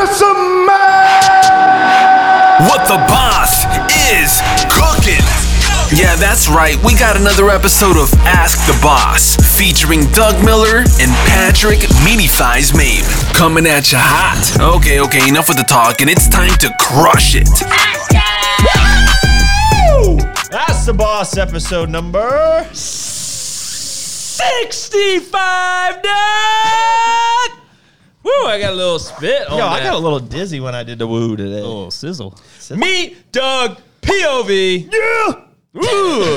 It's a man. What the boss is cooking. Yeah, that's right. We got another episode of Ask the Boss featuring Doug Miller and Patrick Meatyfies Mabe coming at you hot. Okay, okay, enough with the talk, and it's time to crush it. That's the boss episode number 65 Doug! Woo, I got a little spit on Yo, I that. Oh, got a little dizzy when I did the woo today. little sizzle. Meet Doug POV. Yeah. Ooh,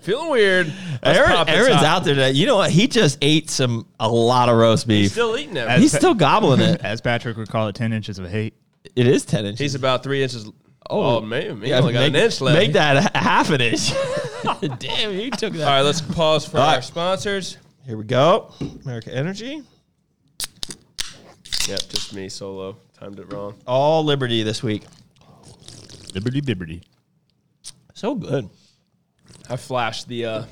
feeling weird. That's Aaron, popping Aaron's top. out there today. You know what? He just ate some a lot of roast beef. Still eating that. He's still gobbling it. As Patrick would call it, 10 inches of hate. It is ten inches. He's about three inches. Oh, man, he Yeah, only got make, an inch left. Make that a half an inch. Damn, you took All that. right, let's pause for All our right. sponsors. Here we go. America Energy. Yep, just me solo. Timed it wrong. All Liberty this week. Liberty Bibberty. So good. I flashed the uh,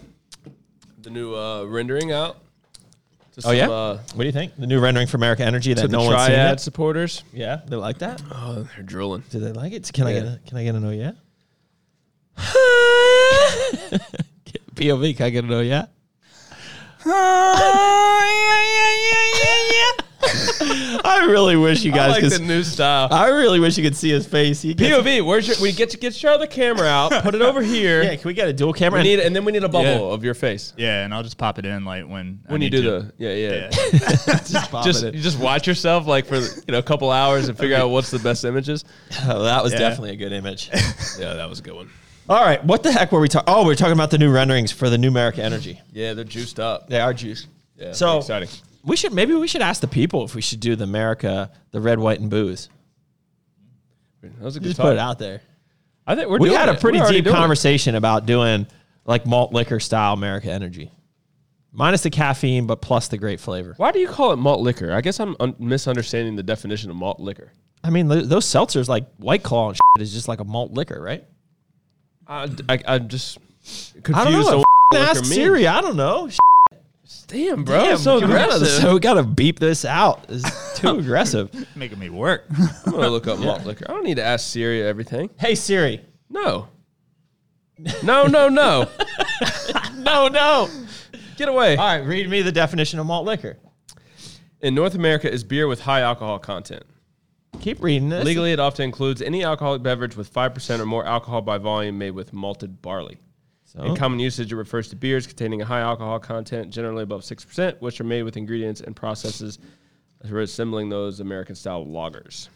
the new uh, rendering out. To Oh, yeah? uh, What do you think? The new rendering for America Energy that to no the one's seen triad yet. supporters. Yeah, they like that. Oh, they're drilling. Do they like it? Can I get a, can I get an oh yeah? POV, can I get an oh yeah? I really wish you I guys like could. the new style. I really wish you could see his face. He gets, POV, where's your? We get to get your other camera out. Put it over here. yeah, can we get a dual camera? We need, and then we need a bubble Yeah. of your face Yeah, and I'll just pop it in like when I when you need do to. the. Yeah, yeah. Yeah. just, pop Just it you in. just watch yourself like for you know a couple hours and figure out what's the best images. Oh, that was Yeah. definitely a good image. Yeah, that was a good one. All right, what the heck were we talking? Oh, we are talking about the new renderings for the new America Energy. Yeah, they're juiced up. They are juice. Yeah, So- exciting. We should maybe we should ask the people if we should do the America, the red, white, and booze. That was a good Just talk. put it out there. I think we're we doing had a it. pretty We're already deep doing it. conversation about doing like malt liquor style America Energy, minus the caffeine, but plus the great flavor. Why do you call it malt liquor? I guess I'm un- misunderstanding the definition of malt liquor. I mean, th- those seltzers like White Claw and shit is just like a malt liquor, right? I, I, am just confused. I don't know. on What what ask liquor means. Siri. I don't know. Damn, bro, Damn, it's so we gotta- aggressive. So we gotta beep this out. It's too aggressive. Making me work. I'm gonna look up malt liquor. I don't need to ask Siri everything. Hey Siri. No, no, no, no. No, no. Get away. All right, read me the definition of malt liquor. In North America, is beer with high alcohol content. Keep reading this. Legally, it often includes any alcoholic beverage with 5% or more alcohol by volume made with malted barley. In So, common usage, it refers to beers containing a high alcohol content, generally above 6%, which are made with ingredients and processes resembling those American style lagers.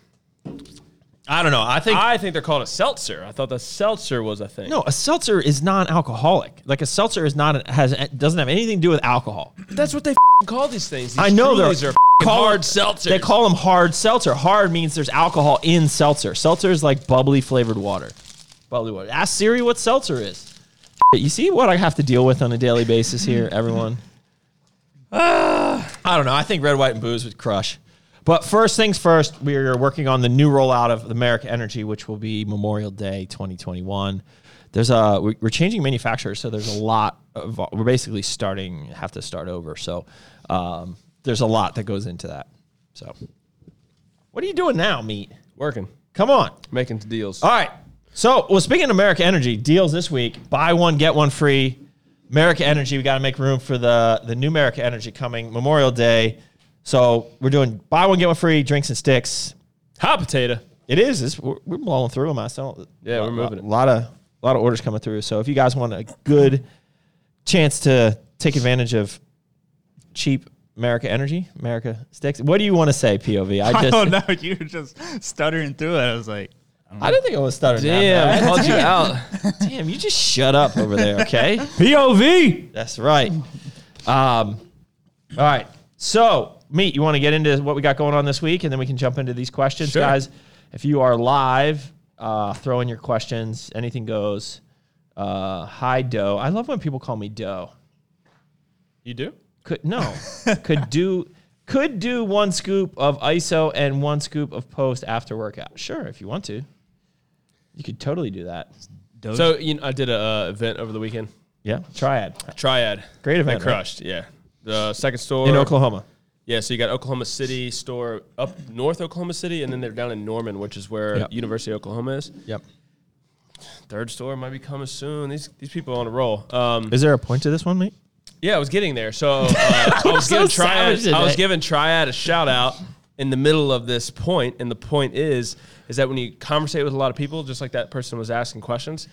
I don't know. I think I think they're called a seltzer. I thought the seltzer was a thing. no. A seltzer is non-alcoholic. Like a seltzer is not has doesn't have anything to do with alcohol. that's what they call these things. These I know they're are call- hard seltzers. They call them hard seltzer. Hard means there's alcohol in seltzer. Seltzer is like bubbly flavored water. Bubbly water. Ask Siri what seltzer is. You see what I have to deal with on a daily basis here, everyone. I don't know. I think red, white, and booze would crush. But first things first, we are working on the new rollout of America Energy, which will be Memorial Day 2021. There's a we- we're changing manufacturers, so there's a lot of we're basically starting have to start over. So um, there's a lot that goes into that. So what are you doing now, meat? working, Come on. making deals. All right. So, well, speaking of America Energy deals this week, buy one get one free. America Energy, we got to make room for the the new America Energy coming Memorial Day. So we're doing buy one get one free drinks and sticks. Hot potato. It is. It's, we're, we're blowing through them. I still Yeah, we're moving A it. lot of a lot of orders coming through. So if you guys want a good chance to take advantage of cheap America Energy, America sticks. What do you want to say, POV? I Oh, don't know. You were just stuttering through it. I was like, I didn't think I was stuttering. that Damn, bad. called you out. Damn, you just shut up over there, okay? POV. That's right. Um, all right. So, Meat, you want to get into what we got going on this week, and then we can jump into these questions, Sure. guys. If you are live, uh, throw in your questions. Anything goes. Uh, hi, Doe. I love when people call me Doe. You do? Could no, could do, could do one scoop of ISO and one scoop of post after workout. Sure, if you want to, you could totally do that. Doge. So you know, I did a uh, event over the weekend. Yeah, triad, Triad. Great event, I right? crushed. Yeah. The second store in Oklahoma. Yeah, so you got Oklahoma City store up north Oklahoma City, and then they're down in Norman, which is where Yep. University of Oklahoma is. Yep. Third store might be coming soon. These these people are on a roll. Um, Is there a point to this one, mate? yeah, I was getting there. So uh, I was so giving triad. savage I was today. giving triad a shout out in the middle of this point, and the point is is that when you conversate with a lot of people, just like that person was asking questions,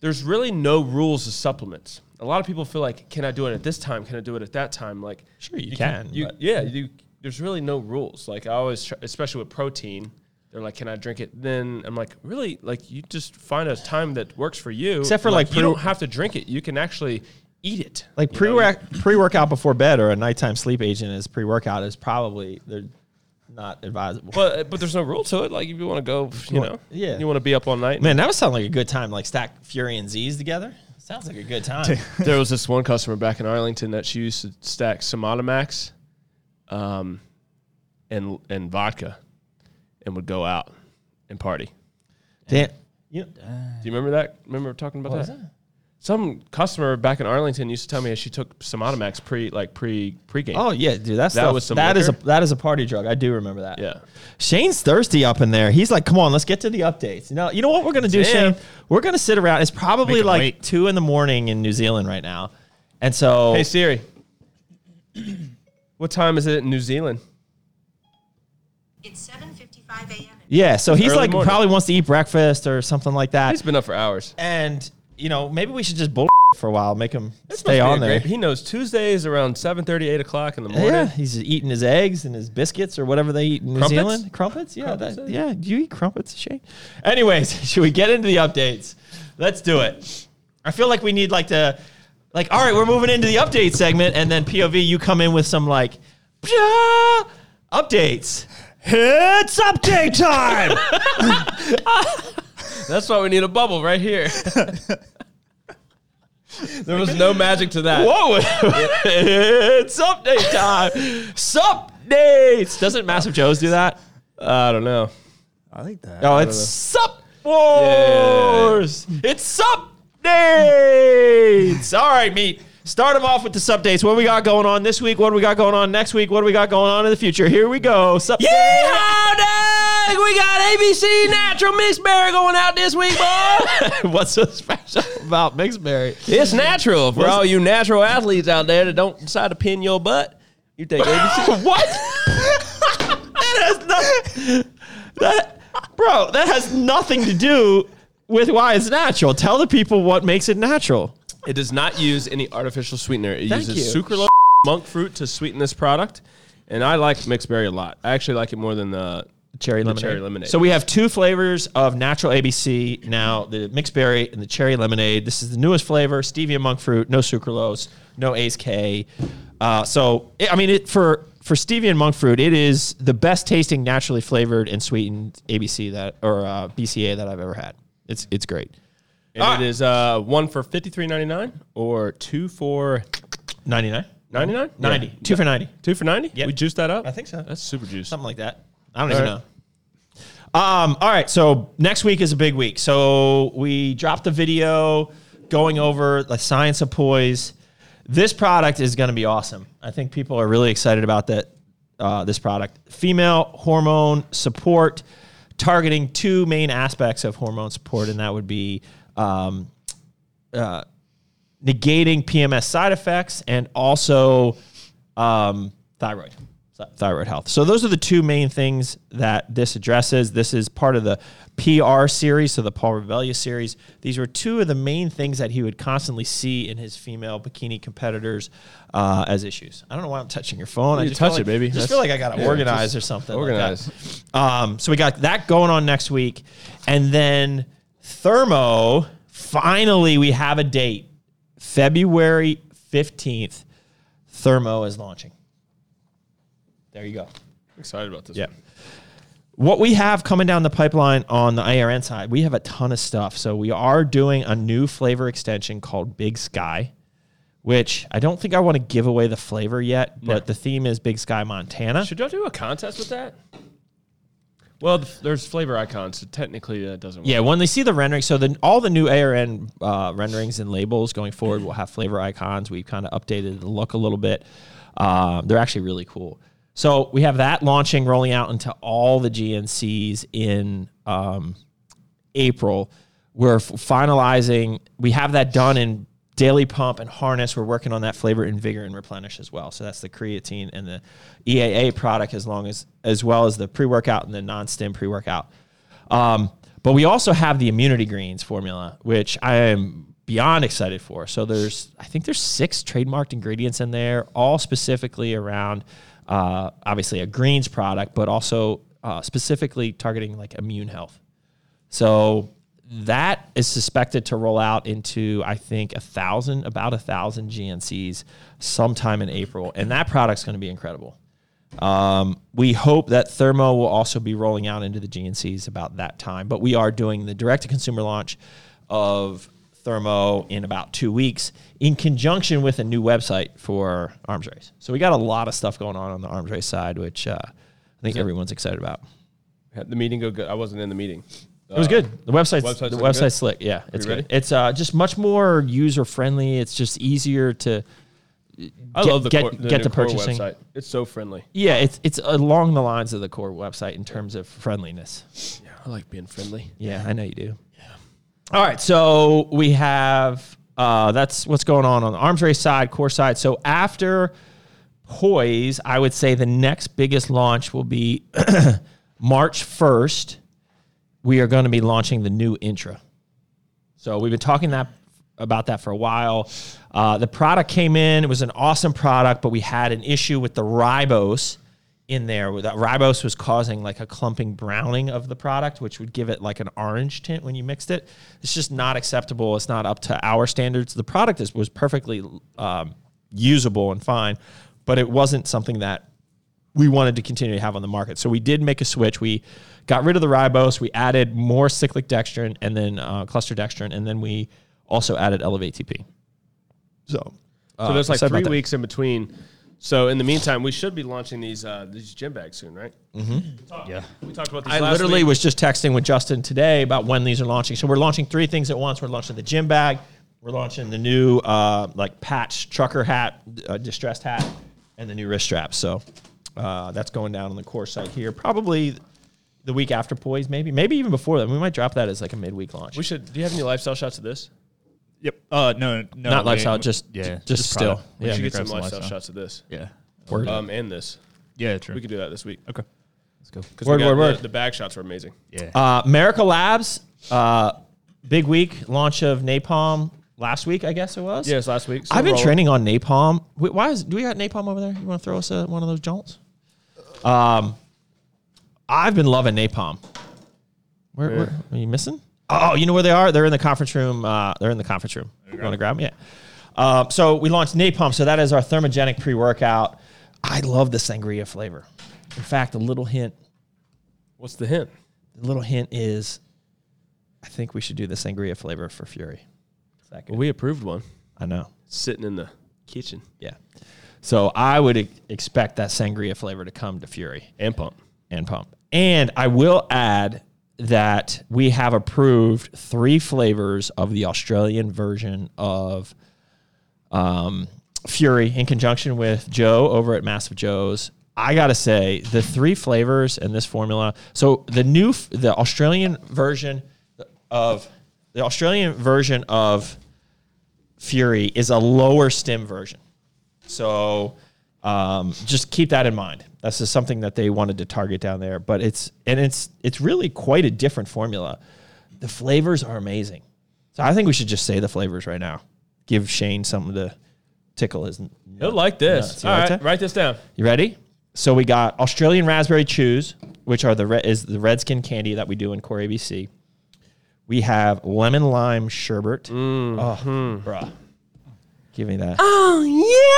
there's really no rules to supplements. A lot of people feel like, can I do it at this time? Can I do it at that time? Like, Sure, you can, you, but- yeah, you, there's really no rules. Like I always, try, especially with protein. They're like, can I drink it then? I'm like, really? Like, you just find a time that works for you. Except for, And, like, you pro- don't have to drink it. You can actually eat it. Like you pre know? pre workout before bed or a nighttime sleep agent is pre workout is probably they're not advisable. But but there's no rule to it. Like if you want to go, you know, yeah. you want to be up all night. Man, that would sound like a good time. Like stack Fury and Z's together. Sounds like a good time. There was this one customer back in Arlington that she used to stack Somatomax, um, and and vodka, and would go out and party. Do Damn. You you remember that? Remember talking about was that? that? Some customer back in Arlington used to tell me she took Somatomax pre like pre pregame. Oh yeah, dude. That's That that was some that is a liquor? that is a party drug. I do remember that. yeah. Shane's thirsty up in there. He's like, "Come on, let's get to the updates." You know, you know what we're gonna do, Damn. Shane? We're gonna sit around. It's probably Make 'em like wait. two in the morning in New Zealand right now, and so Hey Siri, what time is it in New Zealand? It's 7:55 a.m. in yeah, so he's Early like morning. probably wants to eat breakfast or something like that. He's been up for hours. And you know, maybe we should just bull for a while, make him stay Must be on a there. grape. He knows Tuesdays around 7:30, 8 o'clock in the morning. Yeah, he's eating his eggs and his biscuits or whatever they eat in Crumpets? New Zealand. Crumpets, yeah, Crumpets, that, eh? yeah. Do you eat crumpets, Shane? Anyways, should we get into the updates? Let's do it. I feel like we need like the like. All right, we're moving into the update segment, and then POV, you come in with some like "Pshaw!" updates. It's update time. That's why we need a bubble right here. there was no magic to that. Whoa, it's update time. Sup dates. Doesn't Massive Joe's do that? I don't know. I like that. Oh, it's sup wars. It's sup dates. All right, meat. Start them off with the sup dates. What we got going on this week? What do we got going on next week? What do we got going on in the future? Here we go. Sup Yeehaw, Doug! We got ABC Natural Mixed Berry going out this week, boy. What's so special about Mixberry? it's natural for all you natural athletes out there that don't decide to pin your butt. You take ABC. what? that has nothing. That, bro, that has nothing to do with why it's natural. Tell the people what makes it natural. It does not use any artificial sweetener. It Thank uses you. sucralose monk fruit to sweeten this product, and I like mixed berry a lot. I actually like it more than the cherry the lemonade. cherry lemonade. So we have two flavors of natural ABC now: the mixed berry and the cherry lemonade. This is the newest flavor: stevia monk fruit, no sucralose, no ACE K. Uh, so it, I mean, it for for stevia and monk fruit, it is the best tasting naturally flavored and sweetened ABC that or uh, BCA that I've ever had. It's it's great. And it Ah! is uh, one for fifty three ninety nine or two for Ninety nine. ninety nine. Ninety. Two for ninety. Two for ninety. Yep. We juiced that up. I think so. That's super juice. Something like that. I don't even right. know. Um, all right, so next week is a big week. So we dropped the video going over the science of poise. This product is going to be awesome. I think people are really excited about that. Uh, this product, female hormone support, targeting two main aspects of hormone support, and that would be um, negating PMS side effects and also um, thyroid, th- thyroid health. So those are the two main things that this addresses. This is part of the PR series, so the Paul Revelia series. These were two of the main things that he would constantly see in his female bikini competitors uh, as issues. I don't know why I'm touching your phone. I You just feel touch it, like- baby. Just That's- feel like I got to yeah, organize just or something. like that. organize. Um, so we got that going on next week. And then Thermo, finally, we have a date. February 15th, Thermo is launching. There you go. excited about this. Yeah. What we have coming down the pipeline on the ARN side, we have a ton of stuff. So we are doing a new flavor extension called Big Sky, which I don't think I want to give away the flavor yet, but the theme is Big Sky Montana. Should y'all do a contest with that? Well, th- there's flavor icons, so technically that doesn't. work. Yeah, when they see the rendering, so then all the new ARN uh, renderings and labels going forward will have flavor icons. We've kind of updated the look a little bit. Um, Uh, they're actually really cool. So we have that launching, rolling out into all the GNCs in um, April. We're f- finalizing. We have that done in Daily Pump and Harness. We're working on that flavor and vigor and replenish as well. So that's the creatine and the EAA product, as long as as well as the pre workout and the non stim pre workout. Um, but we also have the immunity greens formula, which I am beyond excited for. So there's, I think there's six trademarked ingredients in there, all specifically around, uh, obviously a greens product, but also uh, specifically targeting like immune health. So that is suspected to roll out into, I think, a thousand, about a thousand GNCs sometime in April, and that product's going to be incredible. Um, we hope that Thermo will also be rolling out into the GNCs about that time, but we are doing the direct to consumer launch of Thermo in about two weeks in conjunction with a new website for Arms Race. So we got a lot of stuff going on on the Arms Race side, which uh, I think everyone's excited about. Had the meeting go good. I wasn't in the meeting. Uh, It was good. The website's, website's the looking website's good? slick. Yeah, it's ready? good. It's uh, just much more user friendly. It's just easier to I Get- love the get- core, the get new the core purchasing. website. It's so friendly. yeah. It's it's along the lines of the core website in terms of friendliness. Yeah, I like being friendly. Yeah, I know you do. All right, so we have uh, that's what's going on on the arms race side, core side. So after poise, I would say the next biggest launch will be March first. We are going to be launching the new intra. So we've been talking that about that for a while. Uh, the product came in; it was an awesome product, but we had an issue with the ribose in there. That ribose was causing like a clumping browning of the product, which would give it like an orange tint when you mixed it. It's just not acceptable. It's not up to our standards. The product is, was perfectly um, usable and fine, but it wasn't something that we wanted to continue to have on the market. So we did make a switch. We got rid of the ribose. We added more cyclic dextrin and then uh, cluster dextrin, and then we also added Elevate TP. So, So there's like excited about three that. weeks in between. So in the meantime, we should be launching these uh, these gym bags soon, right? Mm-hmm. yeah, we talked about these. I last literally week. was just texting with Justin today about when these are launching. So we're launching three things at once. We're launching the gym bag, we're launching the new uh, like patch trucker hat, uh, distressed hat, and the new wrist strap. So uh, that's going down on the core site here, probably the week after Poise, maybe, maybe even before that. We might drop that as like a midweek launch. We should. Do you have any lifestyle shots of this? Yep. Uh, no, no. Not we- lifestyle, just- just still. product. We Yeah. should We should get some grab lifestyle, shots of this. Yeah. Word. Um, and this. Yeah, true. We could do that this week. Okay. 'Cause Word, we word, got- word. The, the bag shots were amazing. Yeah. Uh, America Labs, uh, big week launch of Napalm last week, I guess it was. Yes, last week. So I've been we're all- training on napalm. Wait, why is do we got napalm over there? You want to throw us a, one of those jolts? Um, I've been loving napalm. Where, where are you missing? Oh, you know where they are? They're in the conference room. Uh, they're in the conference room. You want to grab them? Yeah. Um, so we launched napalm. So that is our thermogenic pre-workout. I love the sangria flavor. In fact, a little hint. What's the hint? The little hint is, I think we should do the sangria flavor for Fury. Is that good? Well, we approved one I know. sitting in the kitchen Yeah. So I would e- expect that sangria flavor to come to Fury and pump. and Pump. And I will add that we have approved three flavors of the Australian version of um, Fury in conjunction with Joe over at Massive Joe's. I gotta say, the three flavors in this formula. So the new, f- the Australian version of the Australian version of Fury is a lower stem version. So um, just keep that in mind. That's just something that they wanted to target down there. But it's and it's it's really quite a different formula. The flavors are amazing. So I think we should just say the flavors right now. Give Shane something to tickle his. He'll like this. nuts. You All like right, that? write this down. You ready? So we got Australian raspberry chews, which are the re- is the redskin candy that we do in Core ABC. We have lemon lime sherbet. Oh, bruh. Give me that. Oh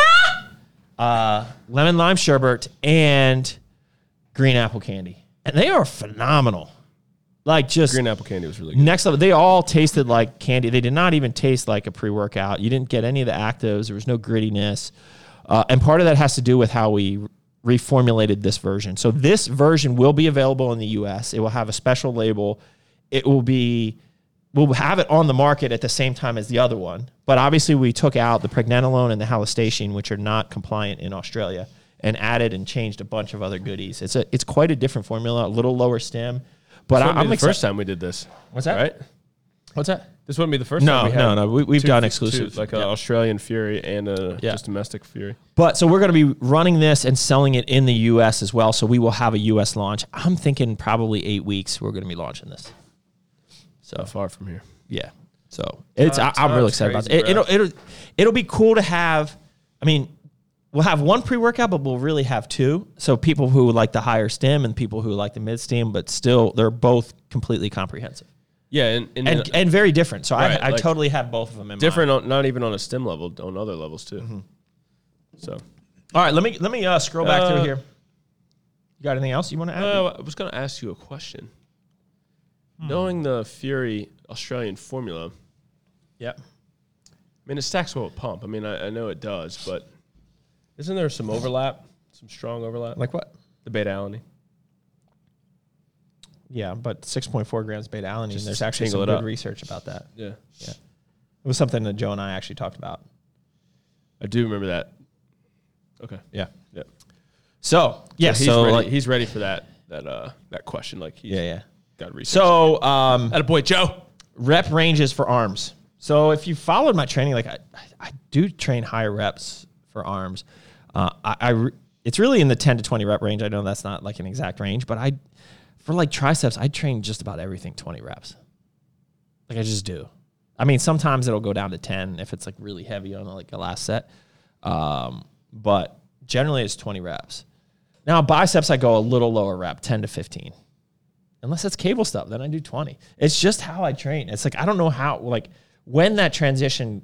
yeah. Uh, lemon lime sherbet and green apple candy, and they are phenomenal. Like just Green apple candy was really good. next level. They all tasted like candy. They did not even taste like a pre workout. You didn't get any of the actives. There was no grittiness. Uh, and part of that has to do with how we reformulated this version. So this version will be available in the US. It will have a special label. It will be we'll have it on the market at the same time as the other one. But obviously we took out the pregnenolone and the halostation, which are not compliant in Australia. and added and changed a bunch of other goodies. It's a it's quite a different formula, a little lower stem. But I, Wouldn't be am the exci- first time we did this. What's that? Right? What's that? This wouldn't be the first No, time. we had no, no, we- we've two- done two- exclusive. like an Yeah. Australian Fury and a Yeah. just domestic Fury. But so we're going to be running this and selling it in the U.S. as well. So we will have a U.S. launch. I'm thinking probably eight weeks. We're going to be launching this. So far from here. Yeah. So it's I, I'm time's really excited about crazy, it. it. will it'll it'll be cool to have. I mean, we'll have one pre workout, but we'll really have two. So people who like the higher stem and people who like the mid stem, but still they're both completely comprehensive Yeah, and, and, and and very different. So Right, I, I like- totally have both of them in mind. different, on, not even on a STEM level, on other levels too. Mm-hmm. So All right, let me let me uh, scroll back Uh, through here. You got anything else you want to add? Uh, I was going to ask you a question. Hmm. Knowing the Fury Australian formula, I yeah. mean, it stacks well with pump. I mean, I, I know it does, but isn't there some overlap, some strong overlap? Like what? the beta alanine. Yeah, but 6.4 grams beta alanine. Just there's actually tingle some it good up. research about that. Yeah. It was something that Joe and I actually talked about. I do remember that. Okay. Yeah. Yeah. So yeah, he's so ready, like he's ready for that that uh that question. Like he's Yeah, yeah. got research. So um, at a boy Joe. rep ranges for arms. So if you followed my training, like I, I I do train higher reps for arms. Uh, I, I re- it's really in the ten to twenty rep range. I know that's not like an exact range, but I for like triceps, I train just about everything twenty reps. Like I just do. I mean, sometimes it'll go down to ten if it's like really heavy on like a last set, um, but generally it's twenty reps. Now biceps, I go a little lower rep, ten to fifteen unless it's cable stuff then i do 20 it's just how i train it's like i don't know how like when that transition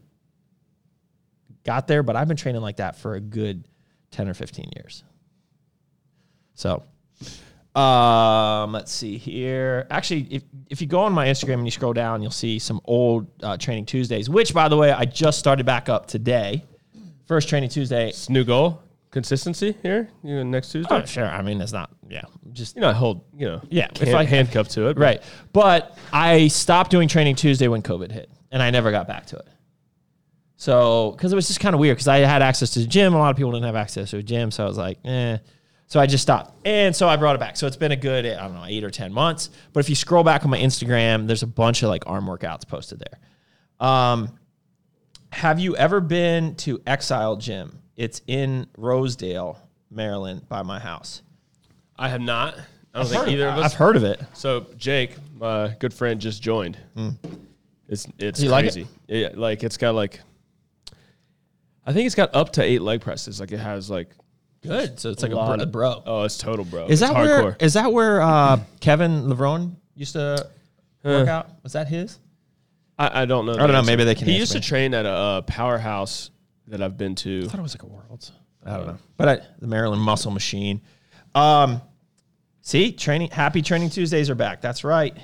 got there but i've been training like that for a good 10 or 15 years so um let's see here actually if, if you go on my instagram and you scroll down you'll see some old uh, training tuesdays which by the way i just started back up today first training tuesday It's new goal. Consistency here. You know, next Tuesday. oh, sure i mean it's not yeah just you know, I hold you know Yeah, if if I- I handcuff to it. but- Right. But I stopped doing training Tuesday when COVID hit, and I never got back to it. So, because it was just kind of weird, because I had access to the gym. A lot of people didn't have access to a gym. So I was like, eh. So I just stopped. And so I brought it back. So it's been a good, I don't know, eight or 10 months. But if you scroll back on my Instagram, there's a bunch of like arm workouts posted there. Um, have you ever been to Exile Gym? It's in Rosedale, Maryland, by my house. I have not. I don't think either of us. I've heard of it. So Jake, my good friend, just joined. Hmm. It's it's you like it? crazy. Yeah, like it's got like I think it's got up to eight leg presses. Like it has like Good. So it's like lot a, br- a bro. of- Oh, it's total, bro. Is It's that where hardcore. is that where uh, Kevin Lavrone used to work out? Was that his? I, I don't know. I don't know. Maybe they can He answer used me. to train at a, uh powerhouse that I've been to. it was like a Worlds. I don't know. But I, the Maryland Muscle Machine. Um, see, training. Happy Training Tuesdays are back. That's right.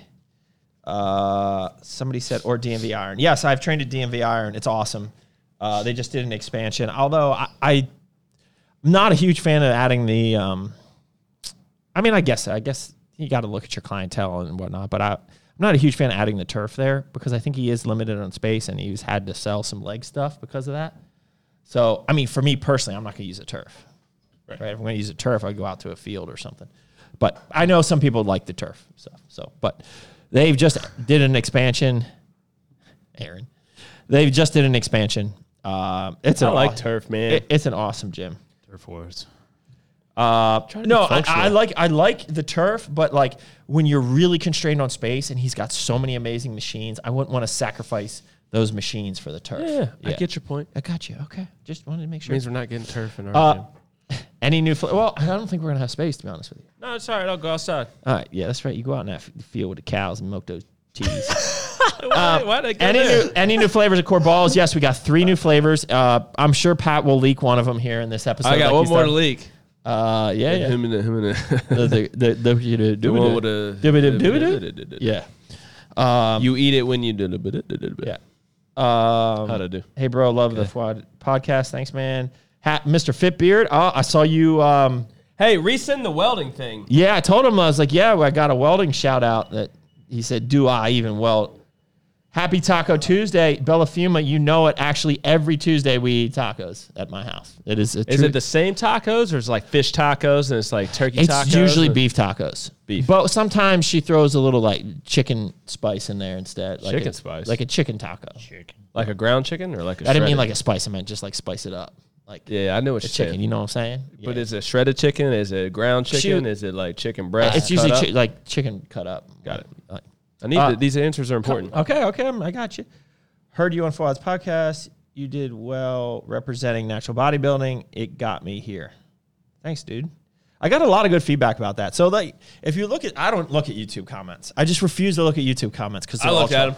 Uh, somebody said or DMV Iron. Yes, I've trained at DMV Iron. It's awesome. Uh, they just did an expansion. Although I, I'm not a huge fan of adding the. Um, I mean, I guess I guess you got to look at your clientele and whatnot. But I, I'm not a huge fan of adding the turf there because I think he is limited on space and he's had to sell some leg stuff because of that. So, I mean, for me personally, I'm not going to use a turf. Right. If I'm going to use a turf, I go out to a field or something. But I know some people like the turf stuff. So, but they've just did an expansion. Aaron, they've just did an expansion. Uh, it's an I like aw- turf, man. it- it's an awesome gym. Turf wars. No, I, I like I like the turf, but like when you're really constrained on space, and he's got so many amazing machines, I wouldn't want to sacrifice those machines for the turf. yeah, I get your point. I got you. Okay, just wanted to make sure. means we're not getting turf in our Uh, gym. any new? Fl- well, I don't think we're gonna have space to be honest with you. No, it's all right. I'll go outside. All right, yeah, that's right. You go out in that f- field with the cows and milk those teas. Wait, why'd I go any there? new any new flavors of core balls? Yes, we got three new flavors. Uh, I'm sure Pat will leak one of them here in this episode. I got like one he's more done. leak. Uh, yeah, yeah. Him and the, him and the, The- the- the- the- you do- the do one it. with the Do it, do it, do it. Yeah, You eat it when you do it. yeah. How'd I do? Um, Hey, bro, love the Fwad podcast. Thanks, man. Hat, Mr. Fitbeard. Oh, I saw you. Um, Hey, resend the welding thing. yeah, I told him I was like, yeah, I got a welding shout out that he said, do I even weld? Happy Taco Tuesday, Bella Fuma. You know it. Actually, every Tuesday we eat tacos at my house. It is. A Is true- it the same tacos or is it like fish tacos and it's like turkey It's tacos? usually or- beef tacos. Beef. But sometimes she throws a little like chicken spice in there instead. Like Chicken a, spice? Like a chicken taco. Like a ground chicken or like a I didn't mean shredded? like a spice. I meant just like spice it up. Like Yeah, I know what a you're chicken. saying. You know what I'm saying? But Yeah. is it shredded chicken? Is it ground She- chicken? is it like chicken breast? Uh, it's cut usually up? chi- like chicken cut up. Got it. Like- I need uh, to- these answers are important. Okay, okay, I'm- I got you. Heard you on Fawaz podcast. You did well representing natural bodybuilding. It got me here. Thanks, dude. I got a lot of good feedback about that. So, like, if you look at, I don't look at YouTube comments. I just refuse to look at YouTube comments because I looked at them.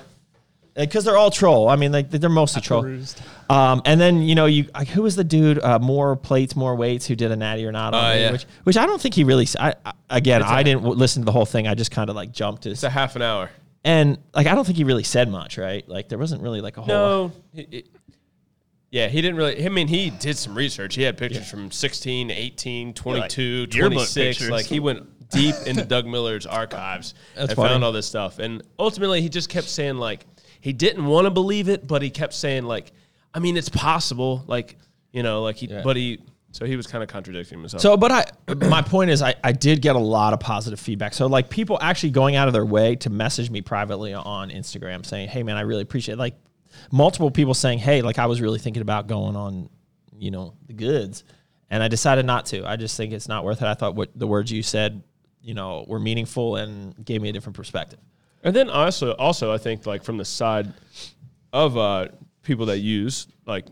because they're all troll. I mean, like they're mostly troll. perused. Um, and then you know, you like, who was the dude? Uh, more plates, more weights. Who did a natty or not? on Oh, me, yeah. which, which I don't think he really. s- I, I- again, I didn't w- listen to the whole thing. I just kind of like jumped. To, It's a half an hour. and like I don't think he really said much, right? Like there wasn't really like a whole. No. he- he- yeah, he didn't really. I mean, he did some research. He had pictures from 16, 18, 22, yearbook 26. pictures. Like, he went deep into Doug Miller's archives and funny. found all this stuff. And ultimately, he just kept saying, like, he didn't want to believe it, but he kept saying, like, I mean, it's possible. Like, you know, like, he, but he, so he was kind of contradicting himself. So, but I, my point is, I, I did get a lot of positive feedback. So, like people actually going out of their way to message me privately on Instagram saying, "Hey, man, I really appreciate." Like multiple people saying, "Hey, like I was really thinking about going on, you know, the goods, and I decided not to. I just think it's not worth it. I thought what the words you said, you know, were meaningful and gave me a different perspective." And then also, also I think like from the side of uh, people that use like,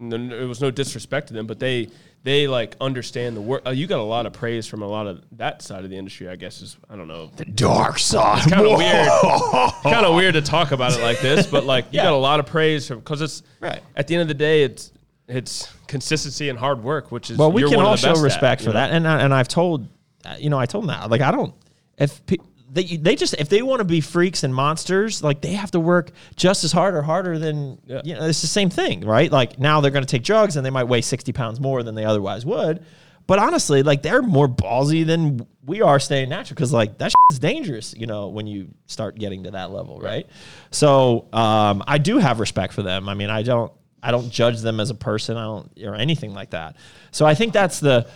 n- n- it was no disrespect to them, but they they like understand the work. Uh, you got a lot of praise from a lot of that side of the industry. I guess is I don't know. Dark side. Kind of weird. kind of weird to talk about it like this, but like you got a lot of praise from because it's Right. At the end of the day, it's it's consistency and hard work, which is Well, we you're can one all of the show best at, respect you for know? that, and I, and I've told, uh, you know, I told them that. Like, I don't if pe- they they just if they want to be freaks and monsters, like they have to work just as hard or harder than you know. It's the same thing, right? Like now they're going to take drugs and they might weigh sixty pounds more than they otherwise would. But honestly, like they're more ballsy than we are staying natural because like that is dangerous, you know, when you start getting to that level, right? So um, I do have respect for them. I mean, I don't I don't judge them as a person. I don't or anything like that. So I think that's the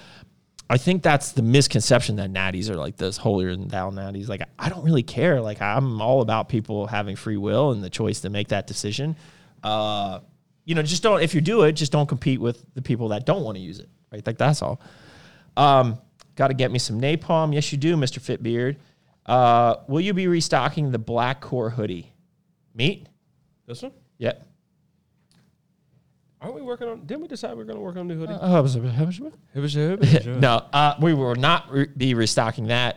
I think that's the misconception that natties are like this holier than thou natties. Like I don't really care. Like I'm all about people having free will and the choice to make that decision. Uh, you know, just don't if you do it, just don't compete with the people that don't want to use it. Right? Like that's all. Um, got to get me some napalm. Yes, you do, Mister Fitbeard. Uh, will you be restocking the black core hoodie? Meat? This one? Yep. Aren't we working on? Didn't we decide we are going to work on a new hoodie? Uh, no, uh, we will not re- be restocking that.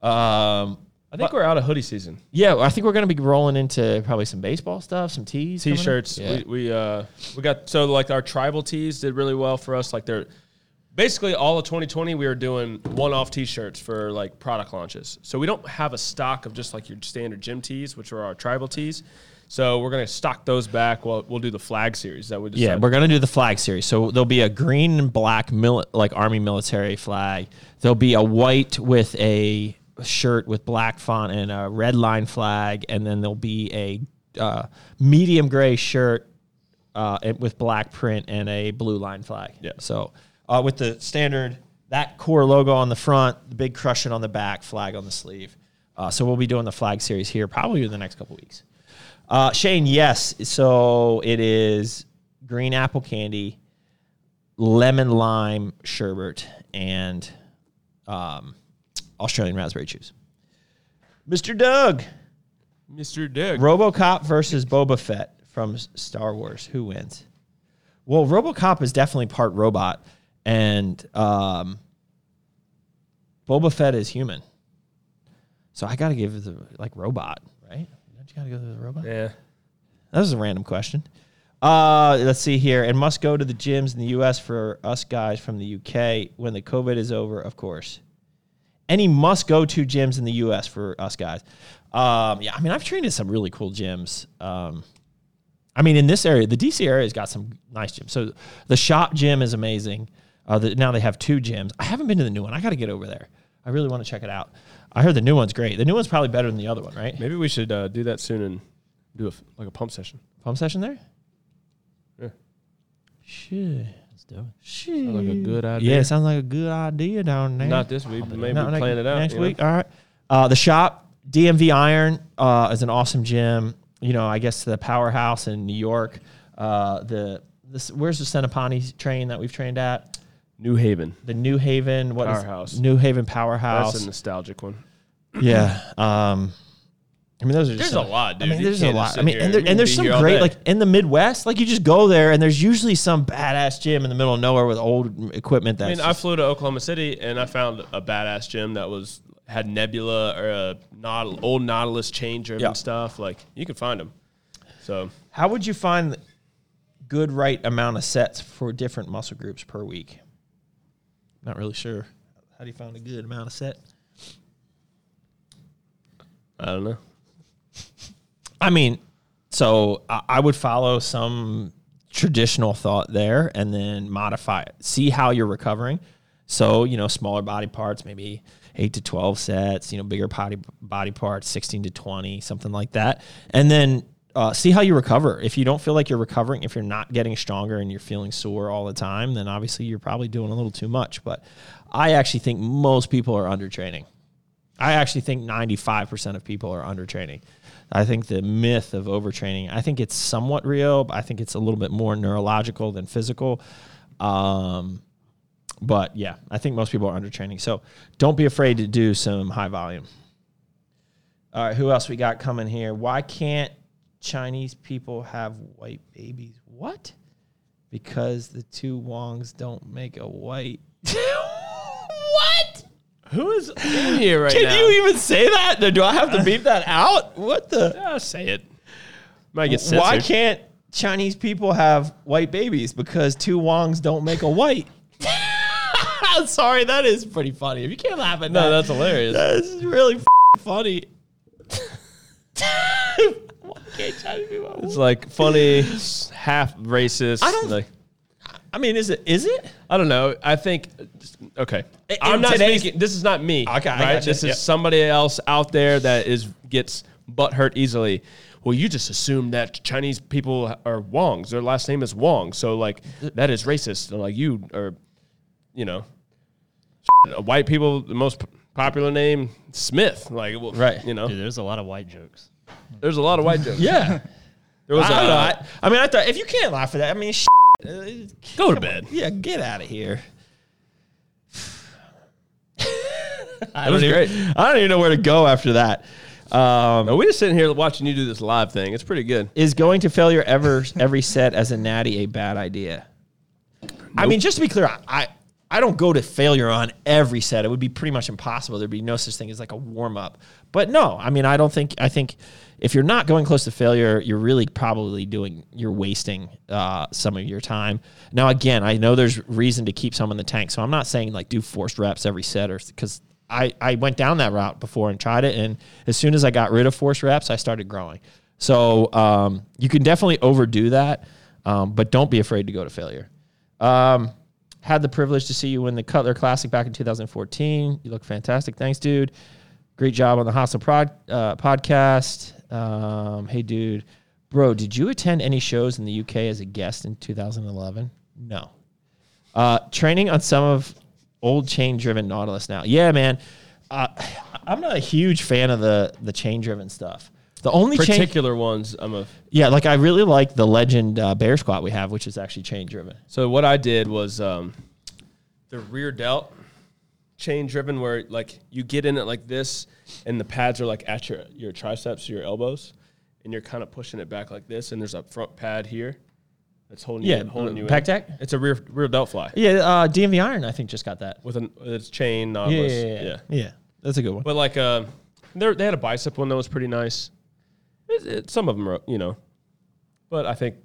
Um, I think we're out of hoodie season. Yeah, I think we're gonna be rolling into probably some baseball stuff, some tees, coming up. t-shirts Yeah. we, we uh we got so like our tribal tees did really well for us like they're basically all of 2020 we were doing one-off t-shirts for like product launches so we don't have a stock of just like your standard gym tees which are our tribal tees so we're gonna stock those back we'll, we'll do the flag series that we just yeah, we're gonna do the flag series. So there'll be a green and black mili- like army military flag. There'll be a white with a shirt with black font and a red line flag, and then there'll be a uh, medium gray shirt uh, and- with black print and a blue line flag. Yeah. So uh, with the standard that core logo on the front, the big crushing on the back, flag on the sleeve. Uh, so we'll be doing the flag series here probably in the next couple weeks. Uh, Shane, yes. So it is green apple candy, lemon lime sherbet, and um, Australian raspberry juice. Mr. Doug, mr dick RoboCop versus Boba Fett from S- Star Wars. Who wins? Well, RoboCop is definitely part robot, and um, Boba Fett is human. So I got to give the like robot, right? Don't you got to go to the robot? yeah That was a random question. Uh, let's see here. And must go to the gyms in the U.S. for us guys from the U.K. when the COVID is over, of course. Any must go to gyms in the U.S. for us guys. Um, yeah, I mean, I've trained at some really cool gyms. Um, I mean, in this area, the DC area has got some nice gyms. So the shop gym is amazing. Uh, the, now they have two gyms. I haven't been to the new one. I got to get over there. I really want to check it out. I heard the new one's great. The new one's probably better than the other one, right? maybe we should uh, do that soon and do a, f- like a pump session. Pump session there? Yeah. Shit. Let's do it. Shit. Like a good idea. Yeah, it sounds like a good idea down there. Not this week, but maybe Not we ne- plan it out next you know? week. All right. Uh, the shop, DMV Iron, uh, is an awesome gym. You know, I guess the powerhouse in New York. Uh, the this, where's the Senapani train that we've trained at? New Haven. The New Haven. What is- Powerhouse. New Haven That's Powerhouse. a nostalgic one. yeah. Um, I mean, those are just There's some- a lot, I dude. mean, You there's a can't just lot. I sit mean, here and, there, and and there's be some here all great, day. like in the Midwest, like you just go there and there's usually some badass gym in the middle of nowhere with old equipment. I That's mean, I flew to Oklahoma City and I found a badass gym that was had Nebula or a Naut- old Nautilus chain driven Yeah. stuff. Like you can find them. So How would you find the good right amount of sets for different muscle groups per week? Not really sure. How do you find a good amount of set? I don't know. I mean, so I, I would follow some traditional thought there and then modify it. See how you're recovering. So, you know, smaller body parts, maybe eight to 12 sets, you know, bigger body, body parts, 16 to 20, something like that. And then uh, see how you recover. If you don't feel like you're recovering, if you're not getting stronger and you're feeling sore all the time, then obviously you're probably doing a little too much. But I actually think most people are under training. I actually think 95% of people are undertraining. I think the myth of overtraining, I think it's somewhat real, but I think it's a little bit more neurological than physical. Um, but yeah, I think most people are undertraining. So don't be afraid to do some high volume. All right, who else we got coming here? Why can't Chinese people have white babies? What? Because the two Wongs don't make a white. what? Who is in here right Can now? you even say that? Do I have to beep that out? What the? Yeah, Uh, say it. Might get censored. Why can't Chinese people have white babies? Because two Wongs don't make a white. Sorry, that is pretty funny. If you can't laugh at No, that, that's hilarious. that's really f- funny. Why can't Chinese people? It's like funny, s- half racist. I don't- like- I mean, is it? Is it? I don't know. I think okay. In I'm not today's- speaking. This is not me. I gotcha. This is Yep. somebody else out there that is gets butt hurt easily. Well, you just assume that Chinese people are Wongs. Their last name is Wong. So like that is racist. And, like you are, you know, white people. The most p- popular name Smith. Like well, Right. You know, Dude, there's a lot of white jokes. there's a lot of white jokes. Yeah. There was I don't a- know. I, I mean, I thought if you can't laugh at that, I mean, sh- Go to bed. yeah, get out of here. I That was don't great. even- I don't even know where to go after that. Um, No, we just sitting here watching you do this live thing. It's pretty good. is going to failure ever every set as a natty a bad idea? I mean, just to be clear, I, I I don't go to failure on every set. It would be pretty much impossible. There'd be no such thing as like a warm up. But no, I mean, I don't think I think if you're not going close to failure, you're really probably doing you're wasting uh, some of your time. Now, again, I know there's reason to keep some in the tank, so I'm not saying like do forced reps every set or because. I, I went down that route before and tried it. And as soon as I got rid of forced reps, I started growing. So um, you can definitely overdo that, um, but don't be afraid to go to failure. Um, had the privilege to see you in the Cutler Classic back in 2014. You look fantastic. Thanks, dude. Great job on the Hostile prod, uh, podcast. Um, hey, dude. Bro, did you attend any shows in the UK as a guest in 2011? No. Uh, training on some of old chain driven Nautilus now. Yeah, man. Uh, I'm not a huge fan of the the chain driven stuff. The only chain, Particular ones. I'm a yeah, like I really like the legend uh, bear squat we have, which is actually chain driven. So what I did was um, the rear delt chain driven, where like you get in it like this, and the pads are like at your your triceps, your elbows, and you're kind of pushing it back like this, and there's a front pad here that's holding Yeah, you, holding you in. pec deck? It's a rear rear delt fly Yeah, uh, DMV Iron, I think, just got that. with an with its chain Nautilus. Yeah, yeah. That's a good one. But like uh, there they had a bicep one that was pretty nice. It, it, some of them are you know, but I think.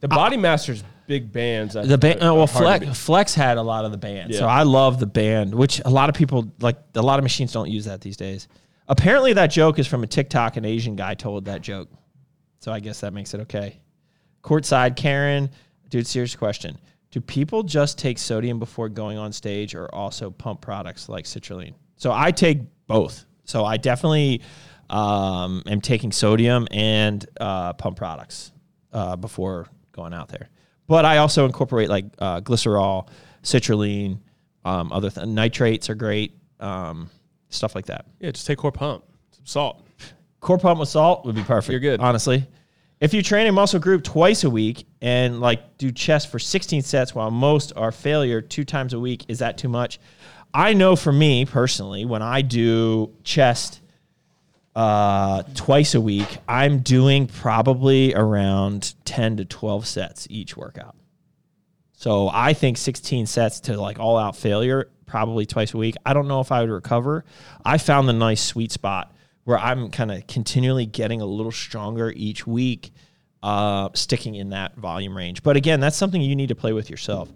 The Body Masters big bands. I the band, are- oh, well, are uh, hard to beat. Flex, Flex had a lot of the band, so Yeah. I love the band, which a lot of people like. A lot of machines don't use that these days. Apparently, that joke is from a TikTok. An Asian guy told that joke, so I guess that makes it okay. Courtside, Karen, dude, serious question: Do people just take sodium before going on stage, or also pump products like citrulline? So I take both. So I definitely um, am taking sodium and uh, pump products uh, before going out there. But I also incorporate like uh, glycerol, citrulline, um, other th- nitrates are great, um, stuff like that. Yeah, just take core pump, some salt. Core pump with salt would be perfect. You're good. honestly. If you train a muscle group twice a week and like do chest for 16 sets, while most are failure two times a week, is that too much? I know for me personally, when I do chest uh, twice a week, I'm doing probably around 10 to 12 sets each workout. So I think 16 sets to like all out failure, probably twice a week. I don't know if I would recover. I found the nice sweet spot where I'm kind of continually getting a little stronger each week, uh, sticking in that volume range. But again, that's something you need to play with yourself.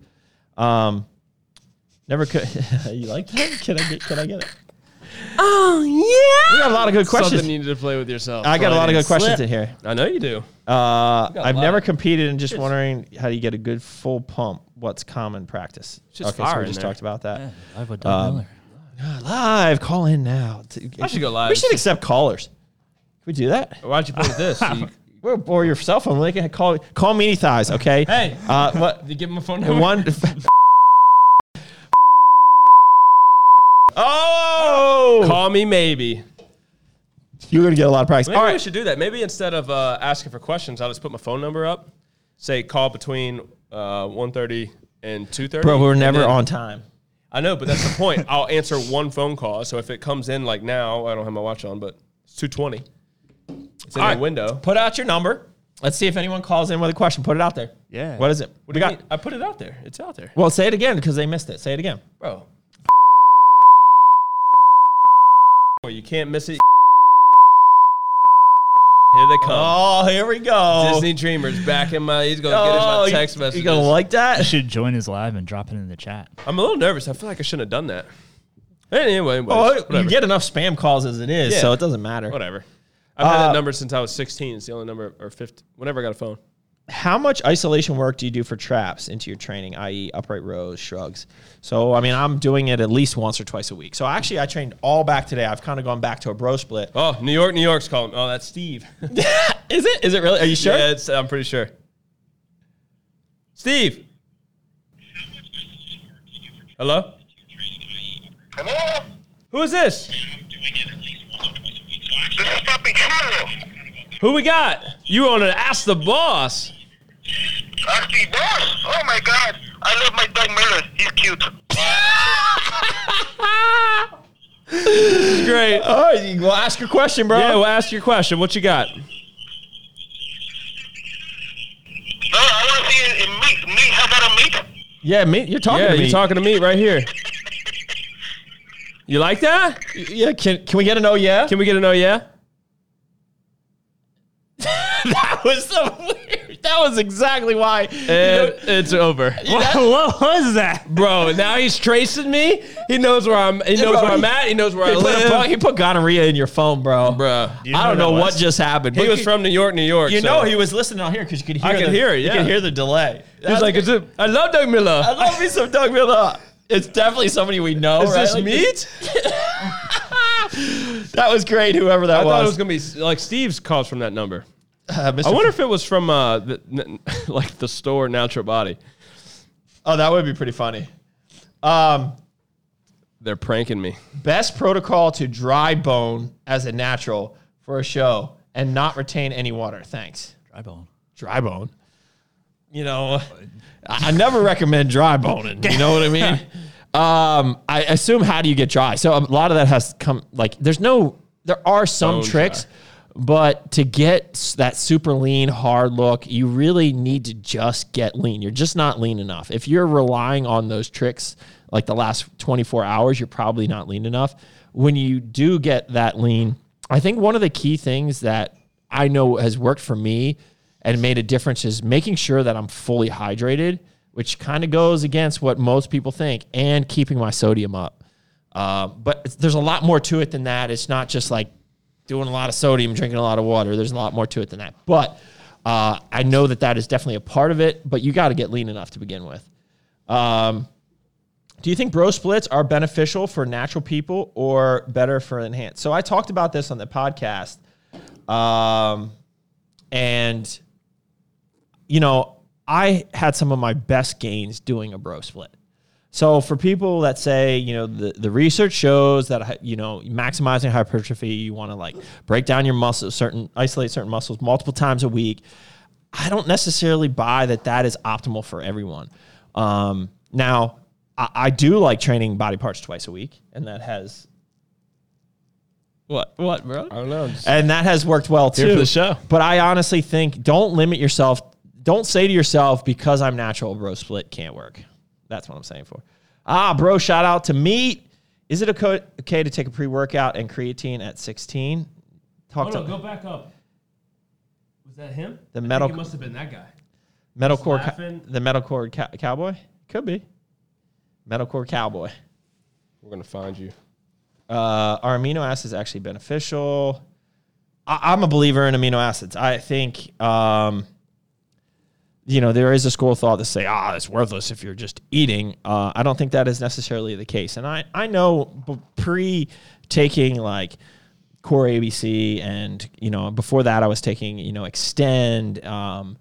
Um, never could. you like that? Can I get, can I get it? Oh yeah! We got a lot of good questions. Something you need to play with yourself. I got a lot of good questions in here. I know you do. Uh, got a I've lot never of- competed and just wondering how do you get a good full pump? What's common practice? Just okay, so fire we in just there. talked about that. I've a Um, Doug Miller. Live, call in now. I should go live. We should accept callers. Can we do that? Why'd you play with this? You, Or, or your cell phone. Like, call call meaty thighs. Okay. hey, Uh, what? you give him a phone number. One. oh, Call me maybe. you're gonna get a lot of practice. Maybe All we right. should do that. Maybe instead of uh, asking for questions, I'll just put my phone number up. Say call between uh, 1.30 and 2.30. Bro, we're and never then- on time. I know, but that's the point. I'll answer one phone call. So if it comes in like now, I don't have my watch on, but it's 2.20. It's in All the right. window. Put out your number. Let's see if anyone calls in with a question. Put it out there. Yeah. What is it? we What do you got. mean? I put it out there. It's out there. Well, say it again because they missed it. Say it again. Bro. Boy, You can't miss it. Here they come. Oh, here we go. Disney Dreamers back in my. He's gonna Oh, get in my text you, messages. you gonna like You that? should join his live and drop it in the chat. I'm a little nervous. I feel like I shouldn't have done that. Anyway, anyways, Oh, whatever. you get enough spam calls as it is, Yeah. so it doesn't matter. whatever. I've had Uh, that number since I was 16. It's the only number, or 50, whenever I got a phone. How much isolation work do you do for traps into your training, i.e., upright rows, shrugs? So, I mean, I'm doing it at least once or twice a week. So, actually, I trained all back today. I've kind of gone back to a bro split. Oh, New York, New York's calling. Oh, that's Steve. Is it? Is it really? Are you sure? Yeah, it's, I'm pretty sure. Steve. Hello? Hello? Who is this? This is fucking Kyle. Who we got? You on an Ask the Boss. Actually, boss. Oh my god. I love my dog Miller. He's cute. Great. Oh, you, well, ask your question, bro. Yeah, well, ask your question. What you got? No, I want to see it in meat. Meat, how about a meat? yeah me, you're talking yeah, to me. you're talking to me right here. You like that? yeah, can, can we get an oh yeah? Can we get an oh yeah? that was so weird. That was exactly why. And it's over. what was that? Bro, now he's tracing me. He knows where I'm he knows Bro, where I'm he- at. He knows where I He put, a live. bro- he put gonorrhea in your phone, bro. Bruh. know I don't who that know what was? just happened. He but was from New York, New York. You so- know he was listening on here because you could hear. I could the, hear it, You yeah. could hear the delay. He's like, is it, I love Doug Miller. I love me some Doug Miller. It's definitely somebody we know. Is right? this Like, meat? That was great. Whoever that I thought it was was. gonna be like Steve's calls from that number. Uh, Mr. I wonder if it was from uh, the, n- like the store Natural Body. Oh, that would be pretty funny. Um, They're pranking me. best protocol to dry bone as a natural for a show and not retain any water. Thanks. Dry bone. Dry bone. You know, I I never recommend dry boning. You know what I mean? Um, I assume how do you get dry? So a lot of that has come like there's no there are some Bone tricks, but to get s- that super lean hard look, you really need to just get lean. You're just not lean enough. If you're relying on those tricks like the last 24 hours, you're probably not lean enough. When you do get that lean, I think one of the key things that I know has worked for me and made a difference is making sure that I'm fully hydrated, which kind of goes against what most people think, and keeping my sodium up. Uh, but it's- there's a lot more to it than that. It's not just like doing a lot of sodium, drinking a lot of water. There's a lot more to it than that. But uh, I know that that is definitely a part of it. But you got to get lean enough to begin with. Um, Do you think bro splits are beneficial for natural people or better for enhanced? So I talked about this on the podcast. Um, and you know, I had some of my best gains doing a bro split. So for people that say, you know, the, the research shows that you know maximizing hypertrophy, you want to like break down your muscles, certain isolate certain muscles multiple times a week. I don't necessarily buy that that is optimal for everyone. Um, now, I, I do like training body parts twice a week, and that has what what bro? I don't know. Just- and that has worked well too. Here for the show. But I honestly think don't limit yourself. Don't say to yourself because I'm natural, bro. Split can't work. That's what I'm saying for. Ah, bro. Shout out to meat. Is it okay okay to take a pre workout and creatine at 16? Talk Hold on, to go back up. Was that him? The I think metal- it must have been that guy. metalcore. laughing. Cow- the metalcore cow- cowboy could be metalcore cowboy. We're gonna find you. uh, are amino acids actually beneficial? I, I'm a believer in amino acids. I think, um, you know, there is a school of thought that say, ah, it's worthless if you're just eating. Uh, I don't think that is necessarily the case. And I, I know b- pre taking like core ABC and, you know, before that I was taking, you know, extend, um,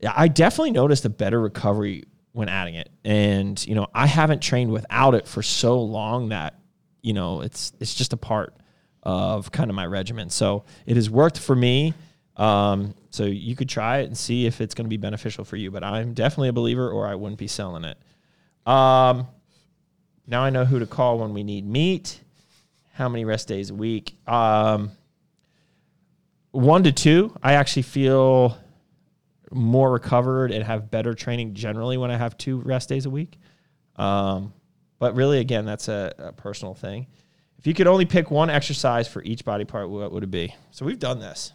yeah, I definitely noticed a better recovery when adding it. And, you know, I haven't trained without it for so long that, you know, it's it's just a part of kind of my regimen. So it has worked for me. Um, so you could try it and see if it's going to be beneficial for you. But I'm definitely a believer or I wouldn't be selling it. Um, now I know who to call when we need meat. How many rest days a week? Um, one to two. I actually feel more recovered and have better training generally when I have two rest days a week. Um, but really, again, that's a, a personal thing. If you could only pick one exercise for each body part, what would it be? So we've done this.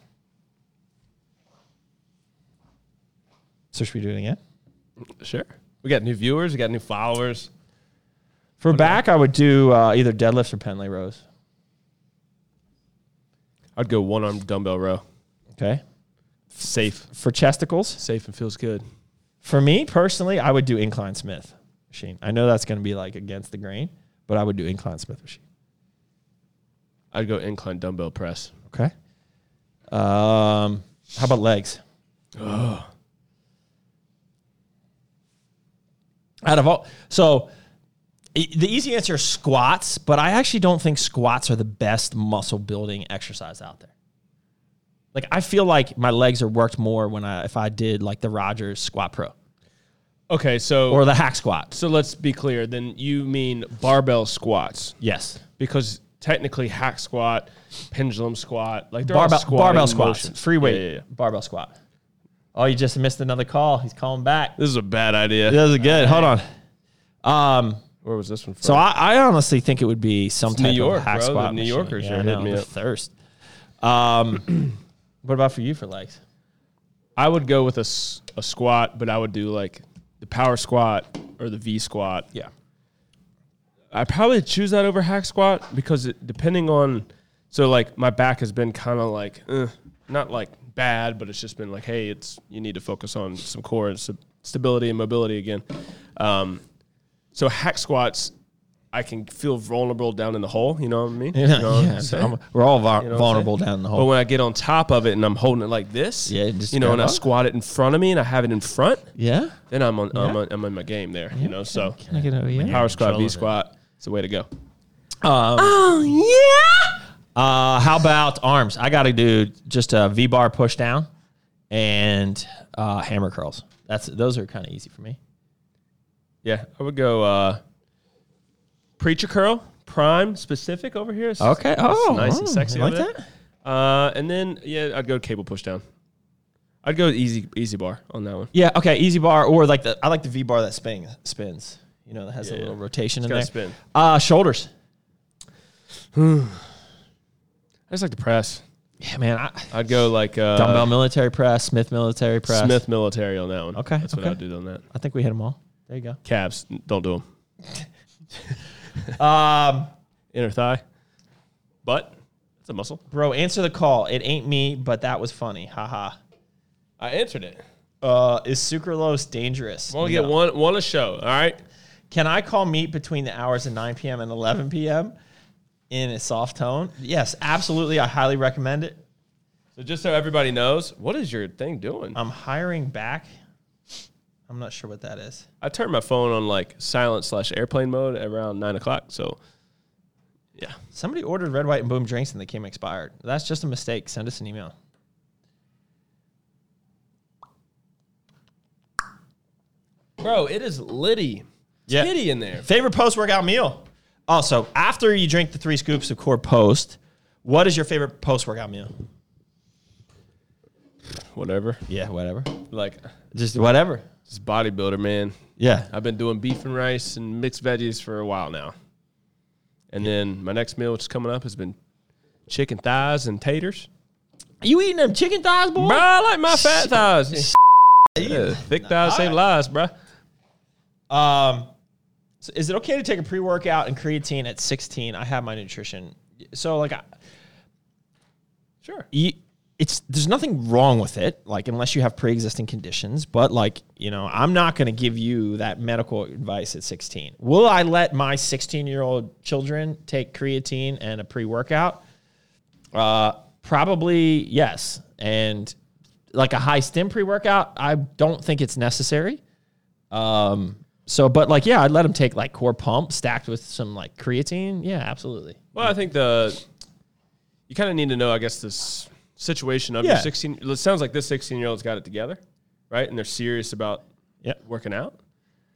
So should we do it again? Sure. We got new viewers. We got new followers. For back, I would do uh, either deadlifts or penlay rows. I'd go one arm dumbbell row. Okay. Safe. For chesticles, Safe and feels good. for me personally, I would do incline Smith machine. I know that's going to be like against the grain, but I would do incline Smith machine. I'd go incline dumbbell press. Okay. Um, how about legs? Out of all, so e- the easy answer is squats, but I actually don't think squats are the best muscle building exercise out there. Like I feel like my legs are worked more when I if I did like the Rogers squat pro Okay, so or the hack squat. so let's be clear. Then you mean barbell squats Yes. because technically hack squat, pendulum squat, like they're all Barbell, squatting barbell squats, motions. free weight, Yeah, yeah, yeah. barbell squat. Oh, you just missed another call. He's calling back. This is a bad idea. That was good. Hold on. Um, Where was this one from? so I, I honestly think it would be some New type York, of hack bro. The squat. New machine. Yorkers yeah, are I hitting know, me the up. thirst. Um, what about for you for legs? I would go with a, s- a squat, but I would do like the power squat or the V squat. Yeah, I probably choose that over hack squat because it, depending on, so like my back has been kind of like, eh, not like bad, but it's just been like, hey, it's you need to focus on some core and st- stability and mobility again. Um, so hack squats, I can feel vulnerable down in the hole. You know what I mean? You know what I'm so saying? I'm- we're all vul- what I'm vulnerable saying? down in the But hole. when I get on top of it and I'm holding it like this, Yeah, just you know, and I grab up. squat it in front of me and I have it in front, yeah, then I'm on, I'm, on I'm in my game there. You know, so I get over power squat, V squat, it's the way to go. Um, Oh, Uh, how about arms? I got to do just a V bar push down and uh, hammer curls. That's those are kind of easy for me. Yeah, I would go uh, preacher curl, prime specific over here. It's- Okay. it's Oh, nice oh, and sexy. you like over there. Uh, and then yeah, I'd go cable push down. I'd go easy easy bar on that one. Yeah. Okay. Easy bar or like the I like the V bar that spin, spins. You know that has a Yeah, little yeah. rotation in gotta there. spin. Uh, shoulders. I just like to press. Yeah, man. I, I'd go like uh, dumbbell military press, Smith military press. Smith military on that one. Okay, that's what okay. I'd do on that. I think we hit them all. There you go. Calves, n- don't do them. Um, Inner thigh, butt. It's a muscle. bro, answer the call. It ain't me, but that was funny. Haha. I answered it. Uh, is sucralose dangerous? Only get No. one one a show. All right. Can I call meat between the hours of 9 p.m. and 11 p.m. in a soft tone? Yes, absolutely. I highly recommend it. So just so everybody knows, what is your thing doing? I'm hiring back. I'm not sure what that is. I turned my phone on like silent slash airplane mode around nine o'clock. So yeah, Somebody ordered red, white, and boom drinks and they came expired. That's just a mistake. Send us an email. bro, it is litty, Yeah. titty in there. Favorite post workout meal? Also, after you drink the three scoops of core post, what is your favorite post workout meal? Whatever, Yeah, whatever. like Just whatever. this bodybuilder man. Yeah. I've been doing beef and rice and mixed veggies for a while now. And then my next meal, which is coming up, has been chicken thighs and taters. You eating them chicken thighs, boy? Bro, I like my fat thighs. Yeah, thick thighs save lives, bro. Um, so is it okay to take a pre workout and creatine at 16? I have my nutrition. So, like, I, Sure. you, it's there's nothing wrong with it, like unless you have pre-existing conditions. But like you know, I'm not going to give you that medical advice at 16. Will I let my 16 year old children take creatine and a pre-workout? Uh, probably yes. And like a high stim pre-workout, I don't think it's necessary. Um, so, but like, yeah, I'd let them take like core pump stacked with some like creatine. Yeah, absolutely. Well, I think the you kind of need to know, I guess, this situation of Yeah. your sixteen. It sounds like this sixteen-year-old's got it together, right? And they're serious about Yeah. working out.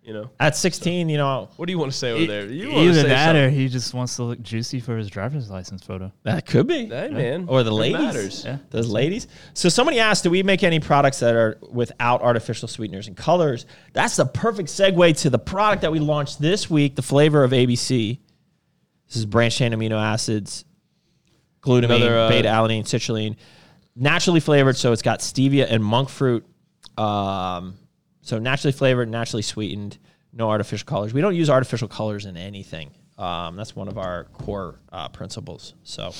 You know, At 16, you know, what do you want to say E, over there? You wanna Either say E- that something. or he just wants to look juicy for his driver's license photo. that could be. Hey, man, or the it ladies. matters. Yeah. Those ladies. So somebody asked, do we make any products that are without artificial sweeteners and colors? That's the perfect segue to the product that we launched this week, the flavor of ABC. This is branched chain amino acids, glutamine, Another, uh, beta alanine, citrulline, naturally flavored. So it's got stevia and monk fruit. Um, so naturally flavored, naturally sweetened, no artificial colors. We don't use artificial colors in anything. Um, that's one of our core uh, principles. So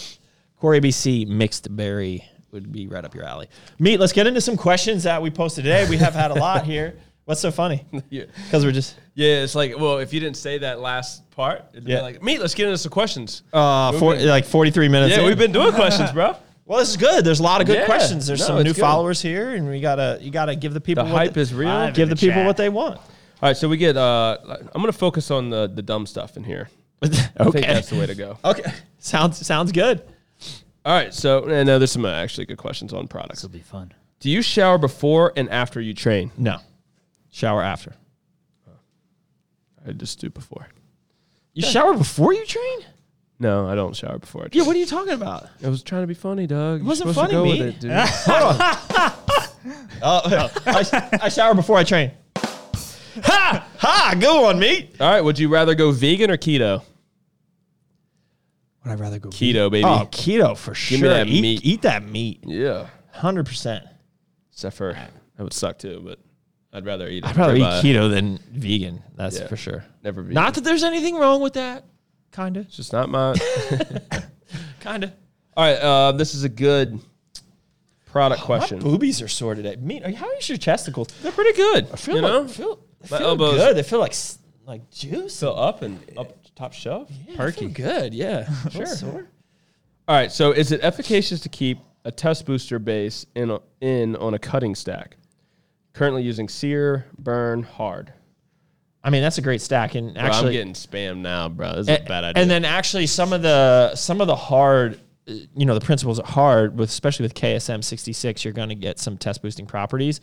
core ABC mixed berry would be right up your alley. Meat. Let's get into some questions that we posted today. We have had a lot here. What's so funny? Yeah. Because we're just Yeah, it's like, well, if you didn't say that last part, it'd Yeah. be like, meet, let's get into some questions. uh, four, like forty three minutes. yeah, in. we've been doing questions, bro. Well, this is good. There's a lot of good Yeah. questions. There's No, some it's new good. followers here, and we gotta you gotta give the people The what hype they- is real. All Five in give the, the people chat. what they want. right, so we get, uh, I'm going to focus on the, the dumb stuff in here. I think okay. that's the way to go. Okay. Sounds sounds good. All right, so, and now there's some uh, actually good questions on products. This will be fun. Do you shower before and after you train? No. Shower after. I just do before. You shower before you train? No, I don't shower before. I, Yeah, train. what are you talking about? I was trying to be funny, Doug. It wasn't funny, to go me. with it, dude. Oh, I, I shower before I train. Ha! Ha! Go on, mate. All right, would you rather go vegan or keto? Would I rather go Keto, baby. Oh, keto for sure. me that eat, meat. eat that meat. Yeah. 100%. Except for, that would suck too, but I'd rather eat it. I'd rather eat Ribeye. keto than vegan. That's Yeah. for sure. Never vegan. Not that there's anything wrong with that. Kinda. It's just not my. Kinda. All right, uh, this is a good product question. My boobies are sore today. Meat. How is your chesticles? They're pretty good. I feel you like, know, feel, they My feel elbows- good. They feel like s- like juice. so up and up top shelf. Yeah, they feel good. Yeah, sure. All right, so is it efficacious to keep a test booster base in a, in on a cutting stack? Currently using sear, burn, hard. I mean, that's a great stack. And Bro, actually, I'm getting spam now, bro. This is a a- bad idea. And then actually, some of the some of the hard, uh, you know, the principles are hard with especially with KSM 66. You're going to get some test boosting properties.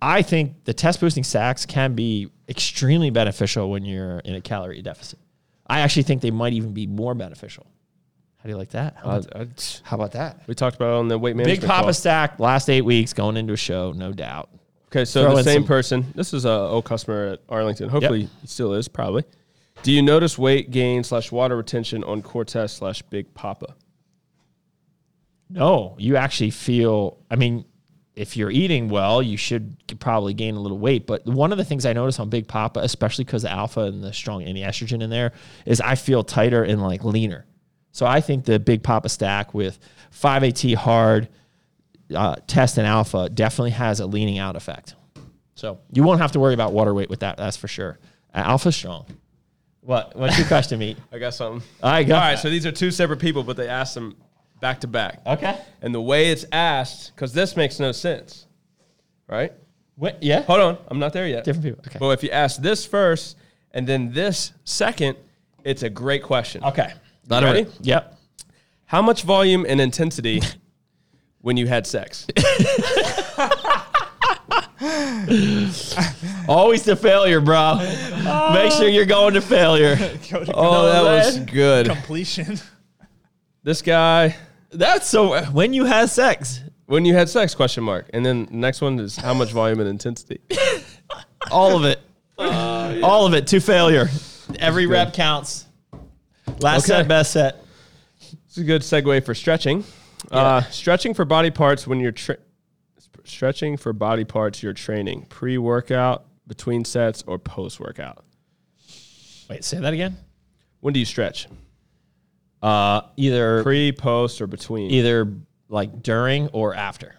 I think the test boosting stacks can be extremely beneficial when you're in a calorie deficit. I actually think they might even be more beneficial. How do you like that? How about, I- I- tch. how about that? we talked about it on the weight management. Big Papa call. stack last eight weeks going into a show, no doubt. Okay, so Throw the in same some- person. This is a old customer at Arlington. Hopefully, he still is probably. Do you notice weight gain slash water retention on Cortez slash Big Papa? No, you actually feel. I mean, if you're eating well, you should g- probably gain a little weight. But one of the things I notice on Big Papa, especially because the alpha and the strong anti-estrogen in there, is I feel tighter and like leaner. So I think the Big Papa stack with 5AT hard uh, test and alpha definitely has a leaning out effect. So you won't have to worry about water weight with that. That's for sure. Uh, Alpha strong. What? What's your question, meat? I got something. All right, go. All right, so these are two separate people, but they asked them back to back. Okay. And the way it's asked, because this makes no sense, right? What? Yeah. Hold on, I'm not there yet. Different people, okay. Well, if you ask this first and then this second, it's a great question. Okay. Let 'em Ready? rip. Yep. How much volume and intensity when you had sex? Always to failure, bro. Make sure you're going to failure. Oh, that was man. good. Completion. This guy, That's so. When you had sex, when you had sex? Question mark. And then the next one is how much volume and intensity? all of it, all of it to failure. Every rep counts. Last Okay. set, best set. This is a good segue for stretching. Uh, stretching for body parts when you're tra- stretching for body parts you're training pre workout, between sets, or post workout. Wait, say that again. When do you stretch? Uh, either Pre, post, or between? either like during or after.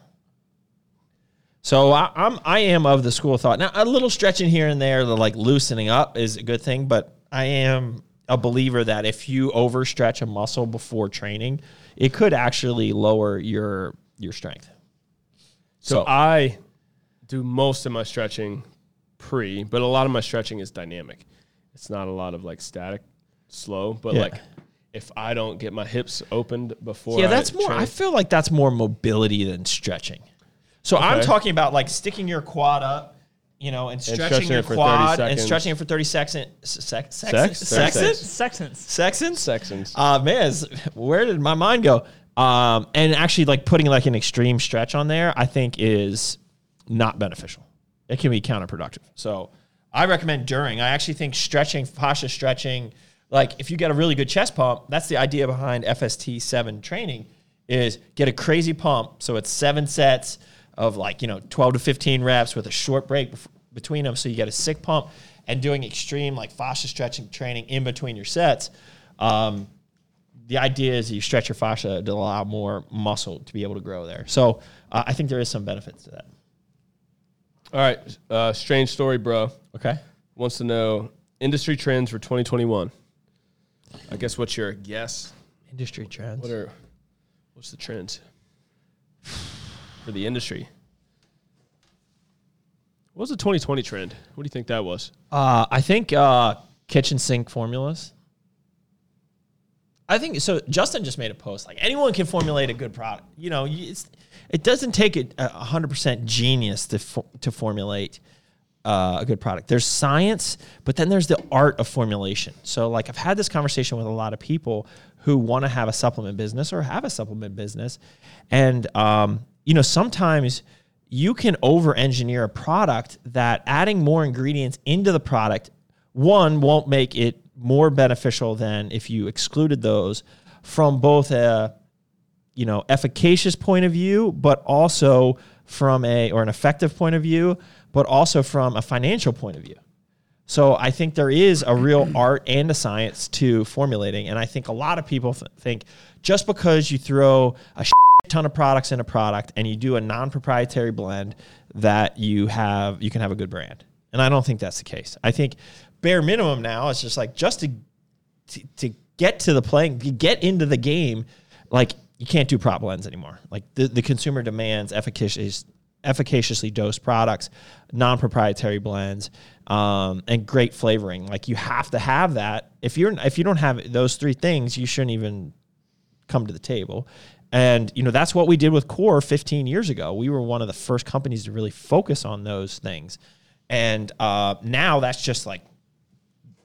So I, I'm I am of the school of thought. Now a little stretching here and there, the like loosening up is a good thing, but I am a believer that if you overstretch a muscle before training, it could actually lower your your strength. So, So- I do most of my stretching pre, but a lot of my stretching is dynamic. It's not a lot of like static, slow, but Yeah. like if I don't get my hips opened before, yeah, I that's more. train- I feel like that's more mobility than stretching. So I'm Okay. talking about like sticking your quad up, you know, and stretching, stretching your it for 30 quad and seconds. stretching it for 30 seconds. Sec, sec, Sex? Thirty sexes? seconds. Sextons. Sexons? Sextons. Uh, man, it's- where did my mind go? Um, and actually, like putting like an extreme stretch on there, I think is not beneficial. It can be counterproductive. So I recommend during. I actually think stretching, fascia stretching, like if you get a really good chest pump, that's the idea behind FST seven training is get a crazy pump. So it's seven sets of like you know twelve to fifteen reps with a short break bef- between them, so you get a sick pump. And doing extreme like fascia stretching training in between your sets, um, the idea is you stretch your fascia to allow more muscle to be able to grow there. So uh, I think there is some benefits to that. All right, uh, strange story, bro. Okay. Wants to know industry trends for 2021. I guess what's your guess? Industry trends. What are what's the trends for the industry? What was the 2020 trend? What do you think that was? Uh, I think uh, kitchen sink formulas. I think so. Justin just made a post like anyone can formulate a good product. You know, you- it's, it doesn't take a a hundred percent genius to fo- to formulate uh, a good product. There's science, but then there's the art of formulation. So, like, I've had this conversation with a lot of people who want to have a supplement business or have a supplement business, and um, you know, sometimes you can over-engineer a product that adding more ingredients into the product one won't make it more beneficial than if you excluded those from both a you know efficacious point of view but also from a or an effective point of view but also from a financial point of view so i think there is a real art and a science to formulating and i think a lot of people th- think just because you throw a ton of products in a product and you do a non-proprietary blend that you have you can have a good brand and i don't think that's the case i think bare minimum now it's just like just to to, to get to the playing to get into the game like you can't do prop blends anymore like the, the consumer demands efficacious efficaciously dosed products non-proprietary blends um, and great flavoring like you have to have that if you're if you don't have those three things you shouldn't even come to the table. And you know that's what we did with Core 15 years ago. We were one of the first companies to really focus on those things, and uh, now that's just like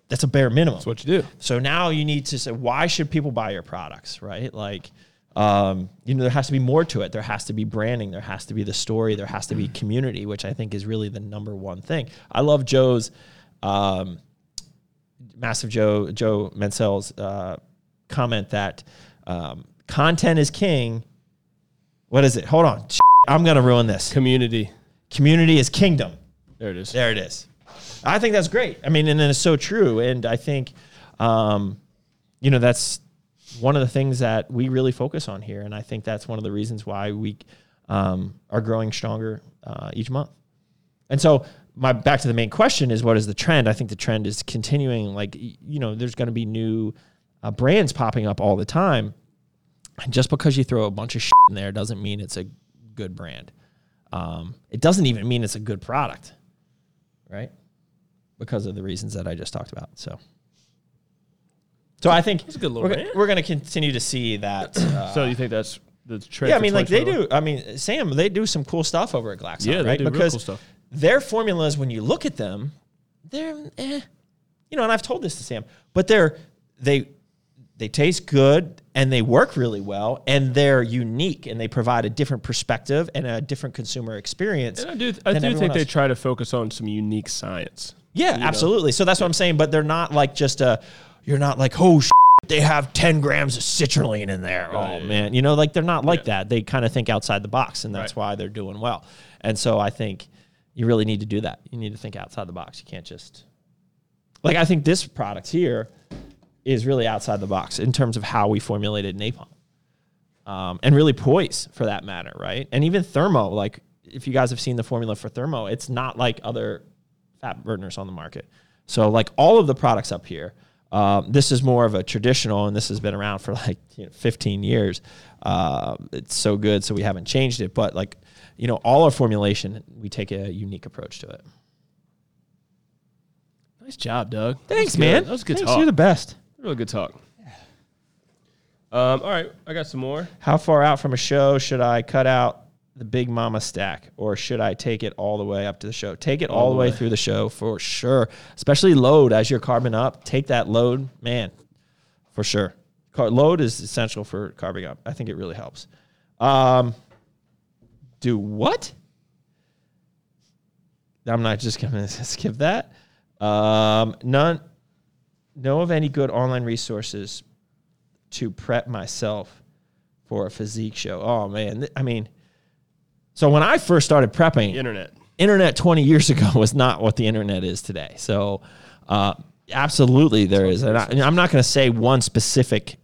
that's a bare minimum. That's what you do. So now you need to say why should people buy your products, right? Like, um, you know, there has to be more to it. There has to be branding. There has to be the story. There has to be community, which I think is really the number one thing. I love Joe's um, massive Joe Joe Mensel's uh, comment that um, content is king. What is it? Hold on, I'm gonna ruin this. Community. Community is kingdom. There it is. There it is. I think that's great. I mean, and it's so true. And I think, um, you know, that's one of the things that we really focus on here. And I think that's one of the reasons why we um, are growing stronger uh, each month. And so my back to the main question is what is the trend? I think the trend is continuing. Like y- you know, there's going to be new uh, brands popping up all the time. And just because you throw a bunch of shit in there doesn't mean it's a good brand. Um, it doesn't even mean it's a good product, right? Because of the reasons that I just talked about. So, so I think a good little we're, rant. we're going to continue to see that. Uh, So you think that's the trend? yeah, I for mean, like they 2021? do. I mean, Sam, they do some cool stuff over at Glaxo, Yeah, they right? do real because cool stuff. their formulas, when you look at them, they're, eh. you know, and I've told this to Sam, but they're they they taste good and they work really well and they're unique and they provide a different perspective and a different consumer experience. And I do. I than do everyone think they else. try to focus on some unique science. Yeah, absolutely. So that's what I'm saying. But they're not like just a. You're not like oh. Sh- they have 10 grams of citrulline in there. Oh, man. You know, like they're not like that. They kind of think outside the box, and that's why they're doing well. And so I think you really need to do that. You need to think outside the box. You can't just. Like, I think this product here is really outside the box in terms of how we formulated napalm um, and really poise for that matter, right? And even thermo, like if you guys have seen the formula for thermo, it's not like other fat burners on the market. So like all of the products up here, um, this is more of a traditional, and this has been around for like you know, 15 years. Uh, it's so good, so we haven't changed it. But like you know, all our formulation, we take a unique approach to it. Nice job, Doug. Thanks, That was good. man. That was a good Thanks, talk. You're the best. Really good talk. Um, all right, I got some more. How far out from a show should I cut out the Big Mama stack, or should I take it all the way up to the show? Take it all, the way. through the show for sure, especially load as you're carbon up. Take that load, man, for sure. Car- load is essential for carving up. I think it really helps. Um, do what? I'm not just going to skip that. Um, none, know of any good online resources to prep myself for a physique show. Oh man, Th- I mean, so when I first started prepping, Internet. internet 20 years ago was not what the internet is today. So, uh, absolutely there is. And, I, and I'm not going to say one specific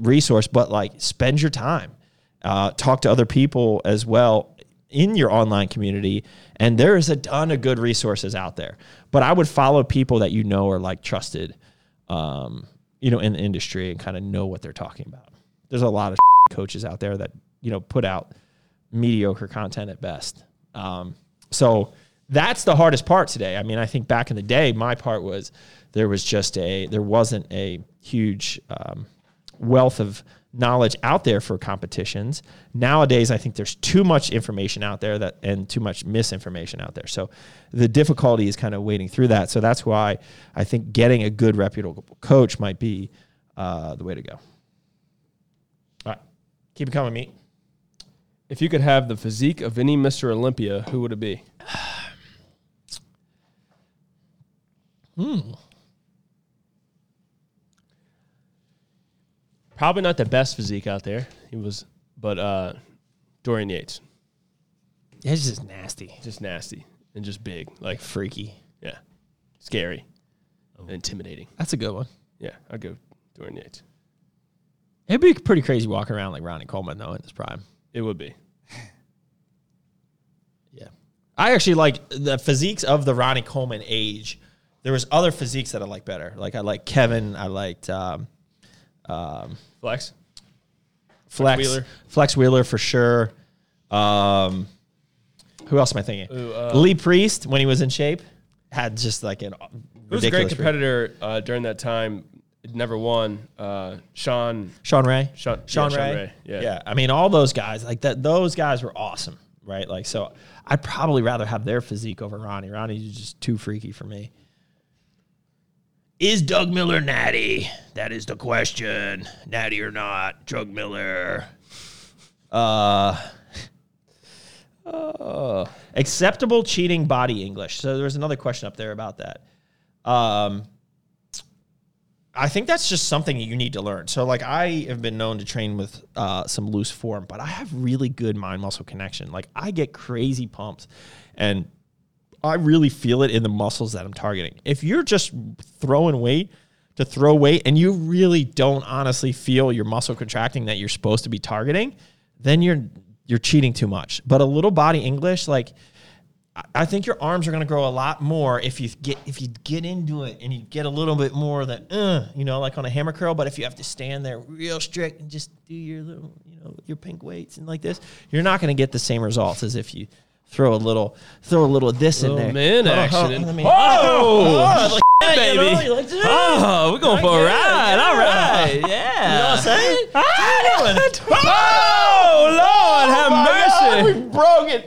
resource, but like spend your time, uh, talk to other people as well in your online community. And there is a ton of good resources out there, but I would follow people that you know are like trusted, um, you know, in the industry and kind of know what they're talking about. There's a lot of coaches out there that, you know, put out mediocre content at best. Um, so that's the hardest part today. I mean, I think back in the day, my part was there was just a there wasn't a huge um, wealth of knowledge out there for competitions. Nowadays, I think there's too much information out there that and too much misinformation out there. So the difficulty is kind of wading through that. So that's why I think getting a good reputable coach might be uh, the way to go. All right, keep it coming, meat. If you could have the physique of any Mr. Olympia, who would it be? Hmm. Probably not the best physique out there. He was, but uh, Dorian Yates, It's just nasty. just nasty and just big, like freaky. yeah, scary, and intimidating. That's a good one. Yeah, I'd go Dorian Yates. It'd be pretty crazy walking around like Ronnie Coleman though in his prime. It would be. Yeah, I actually like the physiques of the Ronnie Coleman age. There was other physiques that I like better. Like I like Kevin. I liked um, Flex. Flex Wheeler. Flex Wheeler for sure. Um, who else am I thinking? uh, Lee Priest when he was in shape had just like an Who was a great ridiculous freak. competitor uh, during that time? Never won. Uh, Sean Sean Ray. Sean- yeah, Sean Sean Ray. Ray, yeah. I mean, all those guys, like that, those guys were awesome, right? Like, so I'd probably rather have their physique over Ronnie. Ronnie's just too freaky for me. Is Doug Miller natty? That is the question. Natty or not, Doug Miller. Uh, oh, acceptable cheating body English. So there was another question up there about that. Um, I think that's just something that you need to learn. So, like, I have been known to train with uh, some loose form, but I have really good mind muscle connection. Like, I get crazy pumps and I really feel it in the muscles that I'm targeting. If you're just throwing weight to throw weight and you really don't honestly feel your muscle contracting that you're supposed to be targeting, then you're you're cheating too much. But a little body English, like I- I think your arms are going to grow a lot more if you get if you get into it and you get a little bit more of that, uh, you know, like on a hammer curl. But if you have to stand there real strict and just do your little, you know, your pink weights and like this, you're not going to get the same results as if you throw a little throw a little of this in there. man Oh, oh, action. I mean- Oh, shit, you know, baby. you're like, dude. Oh, we're going for a Yeah, ride. All right. Yeah. You know what I'm saying? What you doing? Oh, Lord, have mercy. broke it.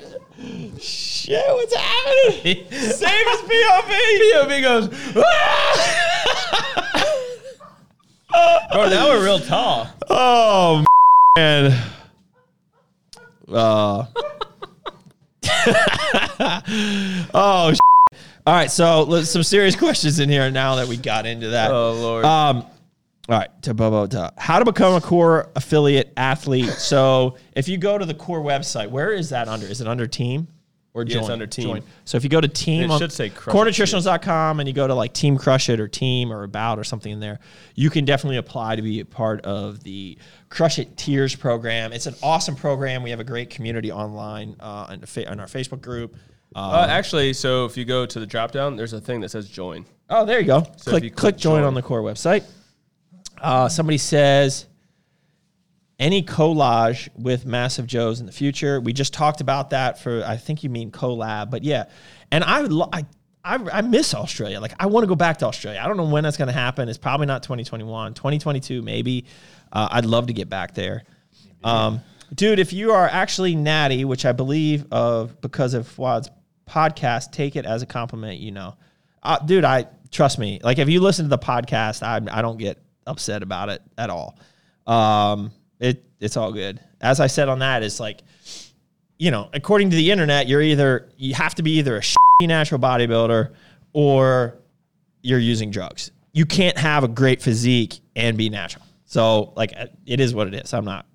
Shit, what's happening? Same as POV. POV goes, "Ah!" Bro, now we're real tall. Oh man. Uh. oh. Shit. All right. So let's, some serious questions in here now that we got into that. Oh, Lord. Um. All right, to Bobo, to how to become a core affiliate athlete. So, if you go to the core website, where is that under? Is it under team or Yeah, join? it's under team. Join. So, if you go to team, It on should say Crush It Too. corenutritionals.com and you go to like team crush it or team or about or something in there, you can definitely apply to be a part of the Crush It Tears program. It's an awesome program. We have a great community online uh, on, the fa- on our Facebook group. Uh, Uh, actually, so if you go to the drop down, there's a thing that says join. oh, there you go. So click, if you click, click join, join. on the core website. Uh, somebody says, any collage with Massive Joe's in the future. We just talked about that for I think you mean collab, but yeah. And I would lo- I, I I miss Australia. Like I want to go back to Australia. I don't know when that's going to happen. It's probably not 2021, 2022 maybe. Uh, I'd love to get back there. Um, dude, if you are actually natty, which I believe of because of Fuad's podcast, take it as a compliment, you know. Uh, dude, I trust me. Like if you listen to the podcast, I I don't get upset about it at all um, it it's all good. As I said on that, it's like, you know, according to the internet, you're either you have to be either a shitty natural bodybuilder or you're using drugs. You can't have a great physique and be natural. So like, uh, it is what it is. I'm not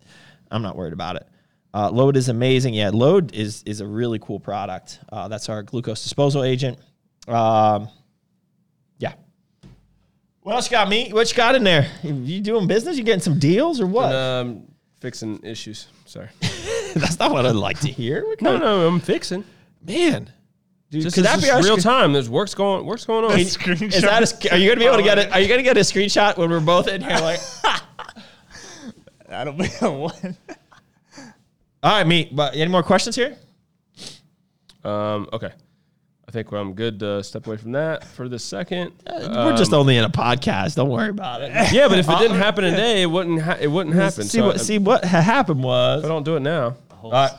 I'm not worried about it. Uh, Load is amazing. Yeah, Load is is a really cool product. Uh, that's our glucose disposal agent. Um, yeah. What else you got, me? What you got in there? You doing business? You getting some deals or what? Um, fixing issues. Sorry. That's not what I'd like to hear. What No, kind of- no, I'm fixing. man. Dude, This could is that be just our real screen- time. There's work's going. Work's going on. Is, is that a, sc- are you gonna be able to get it? Are you gonna get a screenshot when we're both in here? Like, I don't know what. all right, me. But any more questions here? Um, okay. I think I'm good to step away from that for the second. Um, we're just only in a podcast. Don't worry about it. yeah, but if it didn't happen today, it wouldn't. Ha- it wouldn't happen. see so what I- see what ha- happened was. I don't do it now. All right.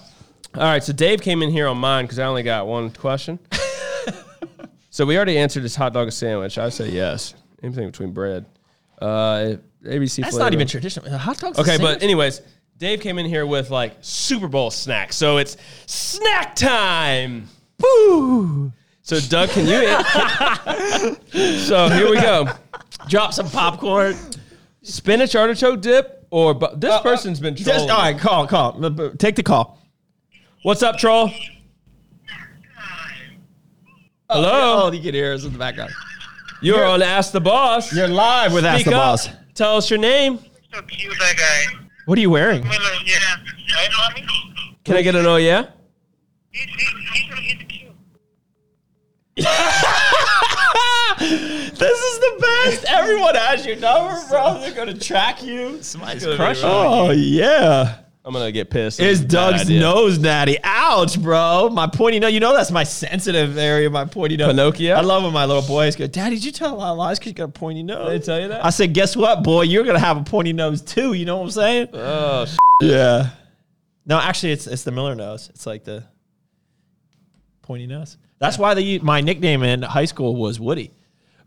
All right, so Dave came in here on mine because I only got one question. so we already answered his hot dog a sandwich. I say yes. Anything between bread. Uh, ABC. That's flavor. not even traditional. Hot dogs. Okay, and but sandwiches? anyways, Dave came in here with like Super Bowl snacks. So it's snack time. Woo! So Doug, can you? so here we go. drop some popcorn. Uh, Spinach artichoke dip or bu- this person's been trolling. Just, all right, call, call. M- b- Take the call. What's up, troll? Hello, Oh, you can hear us in the background. you're on Ask the Boss. You're live with Ask Speak the up. Boss. Tell us your name. So cute, that guy. What are you wearing? Miller, yeah. I know him. Can I get an oh yeah? He's, he's, he's, he's cute. This is the best. Everyone has your number, bro. They're gonna track you. Somebody's Oh yeah. I'm gonna get pissed. It's Bad Doug's idea. nose natty. Ouch, bro. My pointy nose. You know that's my sensitive area, my pointy nose. Pinocchio? I love when my little boys go, Daddy, did you tell a lot of lies because you got a pointy nose? They tell you that? I said, guess what, boy? You're going to have a pointy nose too. You know what I'm saying? Oh, s***. yeah. No, actually, it's, it's the Miller nose. It's like the pointy nose. That's why they, u- my nickname in high school was Woody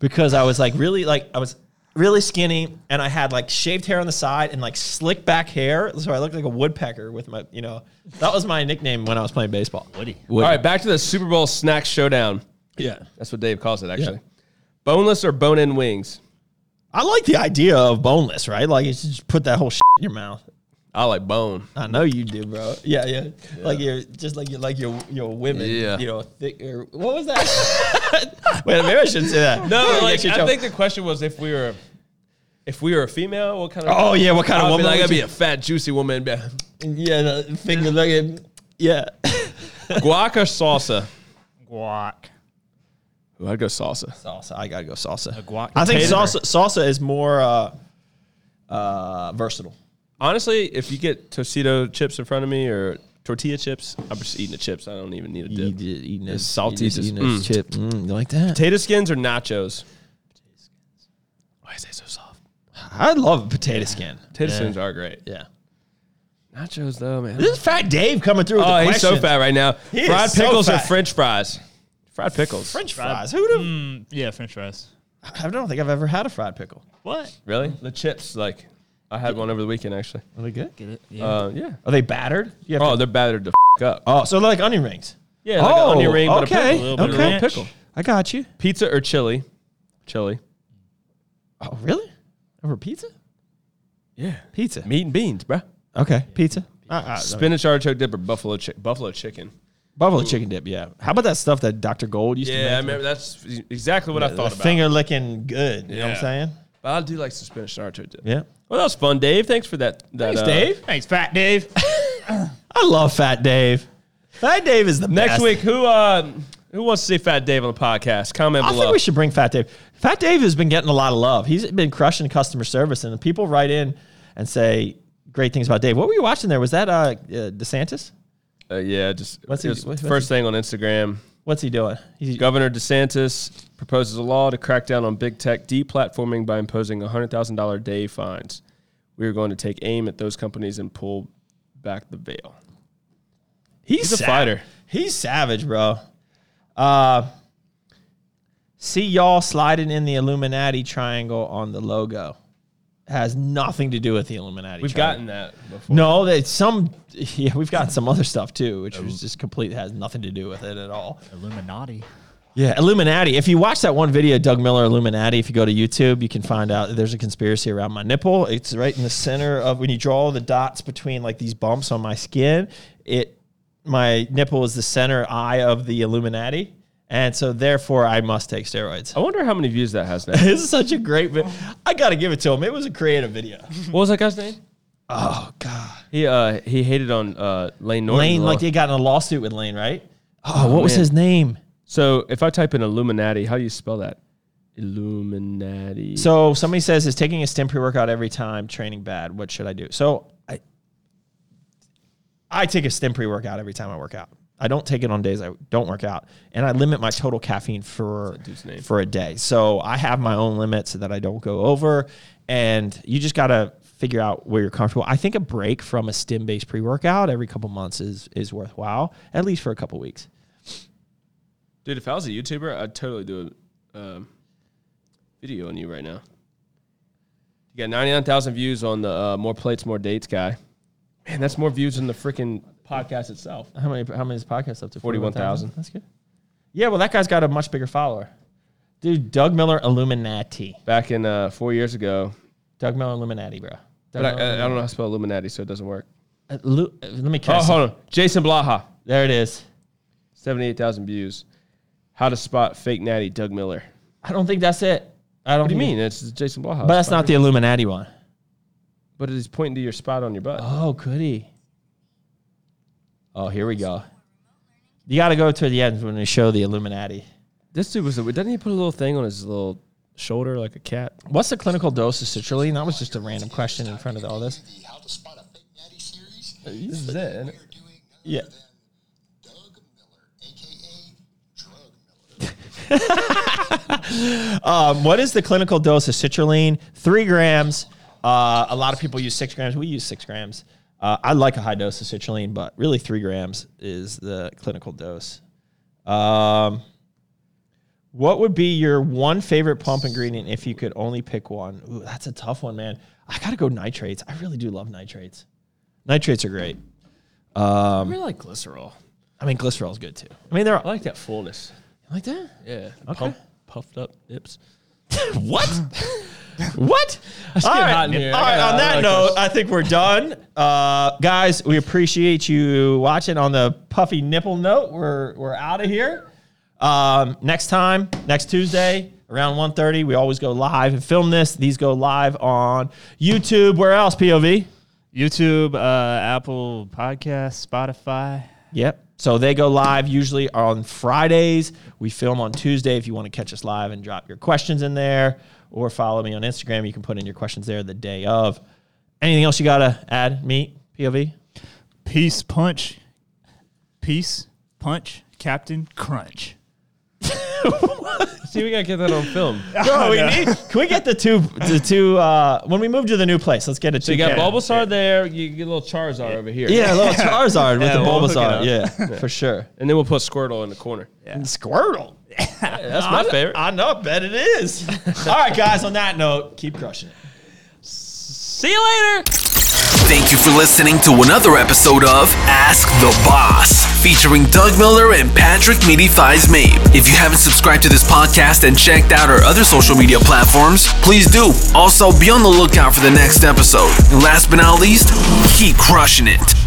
because I was like really like I was really skinny and I had like shaved hair on the side and like slick back hair, so I looked like a woodpecker with my you know that was my nickname when I was playing baseball. Woody. all right. Back to the Super Bowl snack showdown. Yeah. That's what Dave calls it, actually. Boneless or bone-in wings? I like the idea of boneless, right? Like you should just put that whole shit in your mouth. I like bone. I know you do, bro. Yeah, yeah. Like you're just like you like your your women. Yeah. You know, thick. Or, what was that? Wait, maybe I shouldn't say that. No, Yeah, like shit, I yo. think the question was if we were, if we were a female, what kind of? Oh yeah, what kind I'd of be woman? like, would I'd be you- a fat, juicy woman. yeah, the finger looking. Yeah. Guac or salsa? guac. Ooh, I'd go salsa. Salsa. I gotta go salsa. guac I think potato. salsa salsa is more uh, uh, versatile. Honestly, if you get Tocito chips in front of me or tortilla chips, I'm just eating the chips. I don't even need a dip. eating those- salty, you just- eating those chip. Mm. you like that? Potato skins or nachos? Why is it so soft? I love potato skin. Potato skins are great. Yeah. Nachos though, man. This is Fat Dave coming through with oh, the he's so questions. fat right now. is Fried so pickles or fat. French fries? Fried pickles. French fries. Who would have? Mm, yeah, French fries. I don't think I've ever had a fried pickle. What? Really? The chips, like I had one over the weekend actually. Are they good? Get it? Yeah. Uh, yeah. Are they battered? You have Oh, to- they're battered the f- up. oh, so they're like onion rings. Yeah, like an onion ring, but a okay, pickle. little bit of okay. ranch. pickle. I got you. Pizza or chili? Chili. Oh, really? Over pizza? Yeah. Pizza. Meat and beans, bruh. Okay, pizza. Uh, uh, Spinach artichoke dip or buffalo chi- buffalo chicken. buffalo chicken dip. Yeah. How about that stuff that Dr. Gold used to make? Yeah, I remember that's exactly what I thought about. Finger licking good. You know what I'm Yeah. saying? But I do like some spinach and artichoke dip. Yeah. Well, that was fun, Dave. Thanks for that. that uh, Thanks, Fat Dave. I love Fat Dave. Fat Dave is the Next best. week, who uh, who wants to see Fat Dave on the podcast? Comment I below. think we should bring Fat Dave. Fat Dave has been getting a lot of love. He's been crushing customer service, and the people write in and say great things about Dave. What were you watching there? Was that uh, uh, DeSantis? Uh, yeah, just What's what's he- his what's- first thing on Instagram? What's he doing? He's, Governor DeSantis proposes a law to crack down on big tech deplatforming by imposing $100,000 a day fines. We are going to take aim at those companies and pull back the veil. he's, a fighter. He's savage, bro. Uh, see y'all sliding in the Illuminati triangle on the logo. Has nothing to do with the Illuminati. We've triangle. gotten that before. No, that some yeah, we've got some other stuff too, Um, which was just complete has nothing to do with it at all. Illuminati. Yeah, Illuminati. If you watch that one video, Doug Miller Illuminati, if you go to YouTube, you can find out that there's a conspiracy around my nipple. It's right in the center of when you draw the dots between like these bumps on my skin, it my nipple is the center eye of the Illuminati. And so therefore I must take steroids. I wonder how many views that has now. what This is such a great video. I gotta give it to him. It was a creative video. was that guy's name? Oh god. He uh, he hated on uh, Lane Norton. Lane, a lot. like they got in a lawsuit with Lane, right? Oh, what was man. his name? so if I type in Illuminati, how do you spell that? Illuminati. So somebody says, "Is taking a stim pre-workout every time training bad? What should I do?" So I, I take a stim pre-workout every time I work out. I don't take it on days I don't work out, and I limit my total caffeine for dude's name. for a day. So I have my own limit so that I don't go over. And you just gotta figure out where you're comfortable. I think a break from a stim based pre-workout every couple months is is worthwhile, at least for a couple weeks. Dude, if I was a YouTuber, I'd totally do a um, video on you right now. You got 99,000 views on the uh, More Plates, More Dates guy. Man, that's more views than the freaking podcast itself. How many? How many is podcast up to? 41,000. That's good. Yeah, well, that guy's got a much bigger follower. Dude, Doug Miller Illuminati. Back in uh, four years ago. Doug Miller Illuminati, bro. Doug But I, I, I don't know how to spell Illuminati, so it doesn't work. Uh, Lu- uh, let me Oh, catch. hold on. Jason Blaha, There it is. 78,000 views. How to spot fake natty Doug Miller. I don't think that's it. I don't. What do you think- mean? It's Jason Blaha. But that's not the Illuminati one. But it's pointing to your spot on your butt. Oh, could he? Oh, here we go. You got to go to the end when we show the Illuminati. This dude was. Doesn't he put a little thing on his little shoulder like a cat? What's the clinical dose of citrulline? That was just a random question in front of all this. the How to Spot a Fake Natty series. This is it. We're isn't it? doing none Yeah. other than Doug Miller, aka Drug Miller. Um, what is the clinical dose of citrulline? Three grams. Uh, a lot of people use six grams. We use six grams. Uh, I like a high dose of citrulline, but really three grams is the clinical dose. Um, what would be your one favorite pump ingredient if you could only pick one? Ooh, that's a tough one, man. I gotta go nitrates. I really do love nitrates. Nitrates are great. I really like glycerol. I mean, glycerol's good too. I mean, they're I like that fullness. like that. Yeah. Okay. Pump, puffed up nips. What? what? All getting right. hot in here. All right. Yeah, On I that like note, this. I think we're done. Uh, guys, we appreciate you watching on the puffy nipple note. We're we're out of here. Um, next time, next Tuesday around 1.30, we always go live and film this. These go live on YouTube. Where else, POV? uh, YouTube, uh, Apple Podcasts, Spotify. Yep. So they go live usually on Fridays. We film on Tuesday. If you want to catch us live and drop your questions in there, or follow me on Instagram, you can put in your questions there the day of. Anything else you gotta add? Meet POV. Peace punch. Peace punch. Captain Crunch. See, we gotta get that on film. No, we need. Can we get the two? The two. Uh, when we move to the new place, let's get a two. So you got Bulbasaur there. You get a little Charizard over here. Yeah, a little Charizard with Yeah, the we'll hook it Bulbasaur. up. yeah, for sure. And then we'll put Squirtle in the corner. And Squirtle. That's my favorite. I know. I bet it is. All right, guys. On that note, keep crushing it. See you later. Thank you for listening to another episode of Ask the Boss, featuring Doug Miller and Patrick Meaty Thighs Mabe. If you haven't subscribed to this podcast and checked out our other social media platforms, please do. Also, be on the lookout for the next episode. And last but not least, keep crushing it.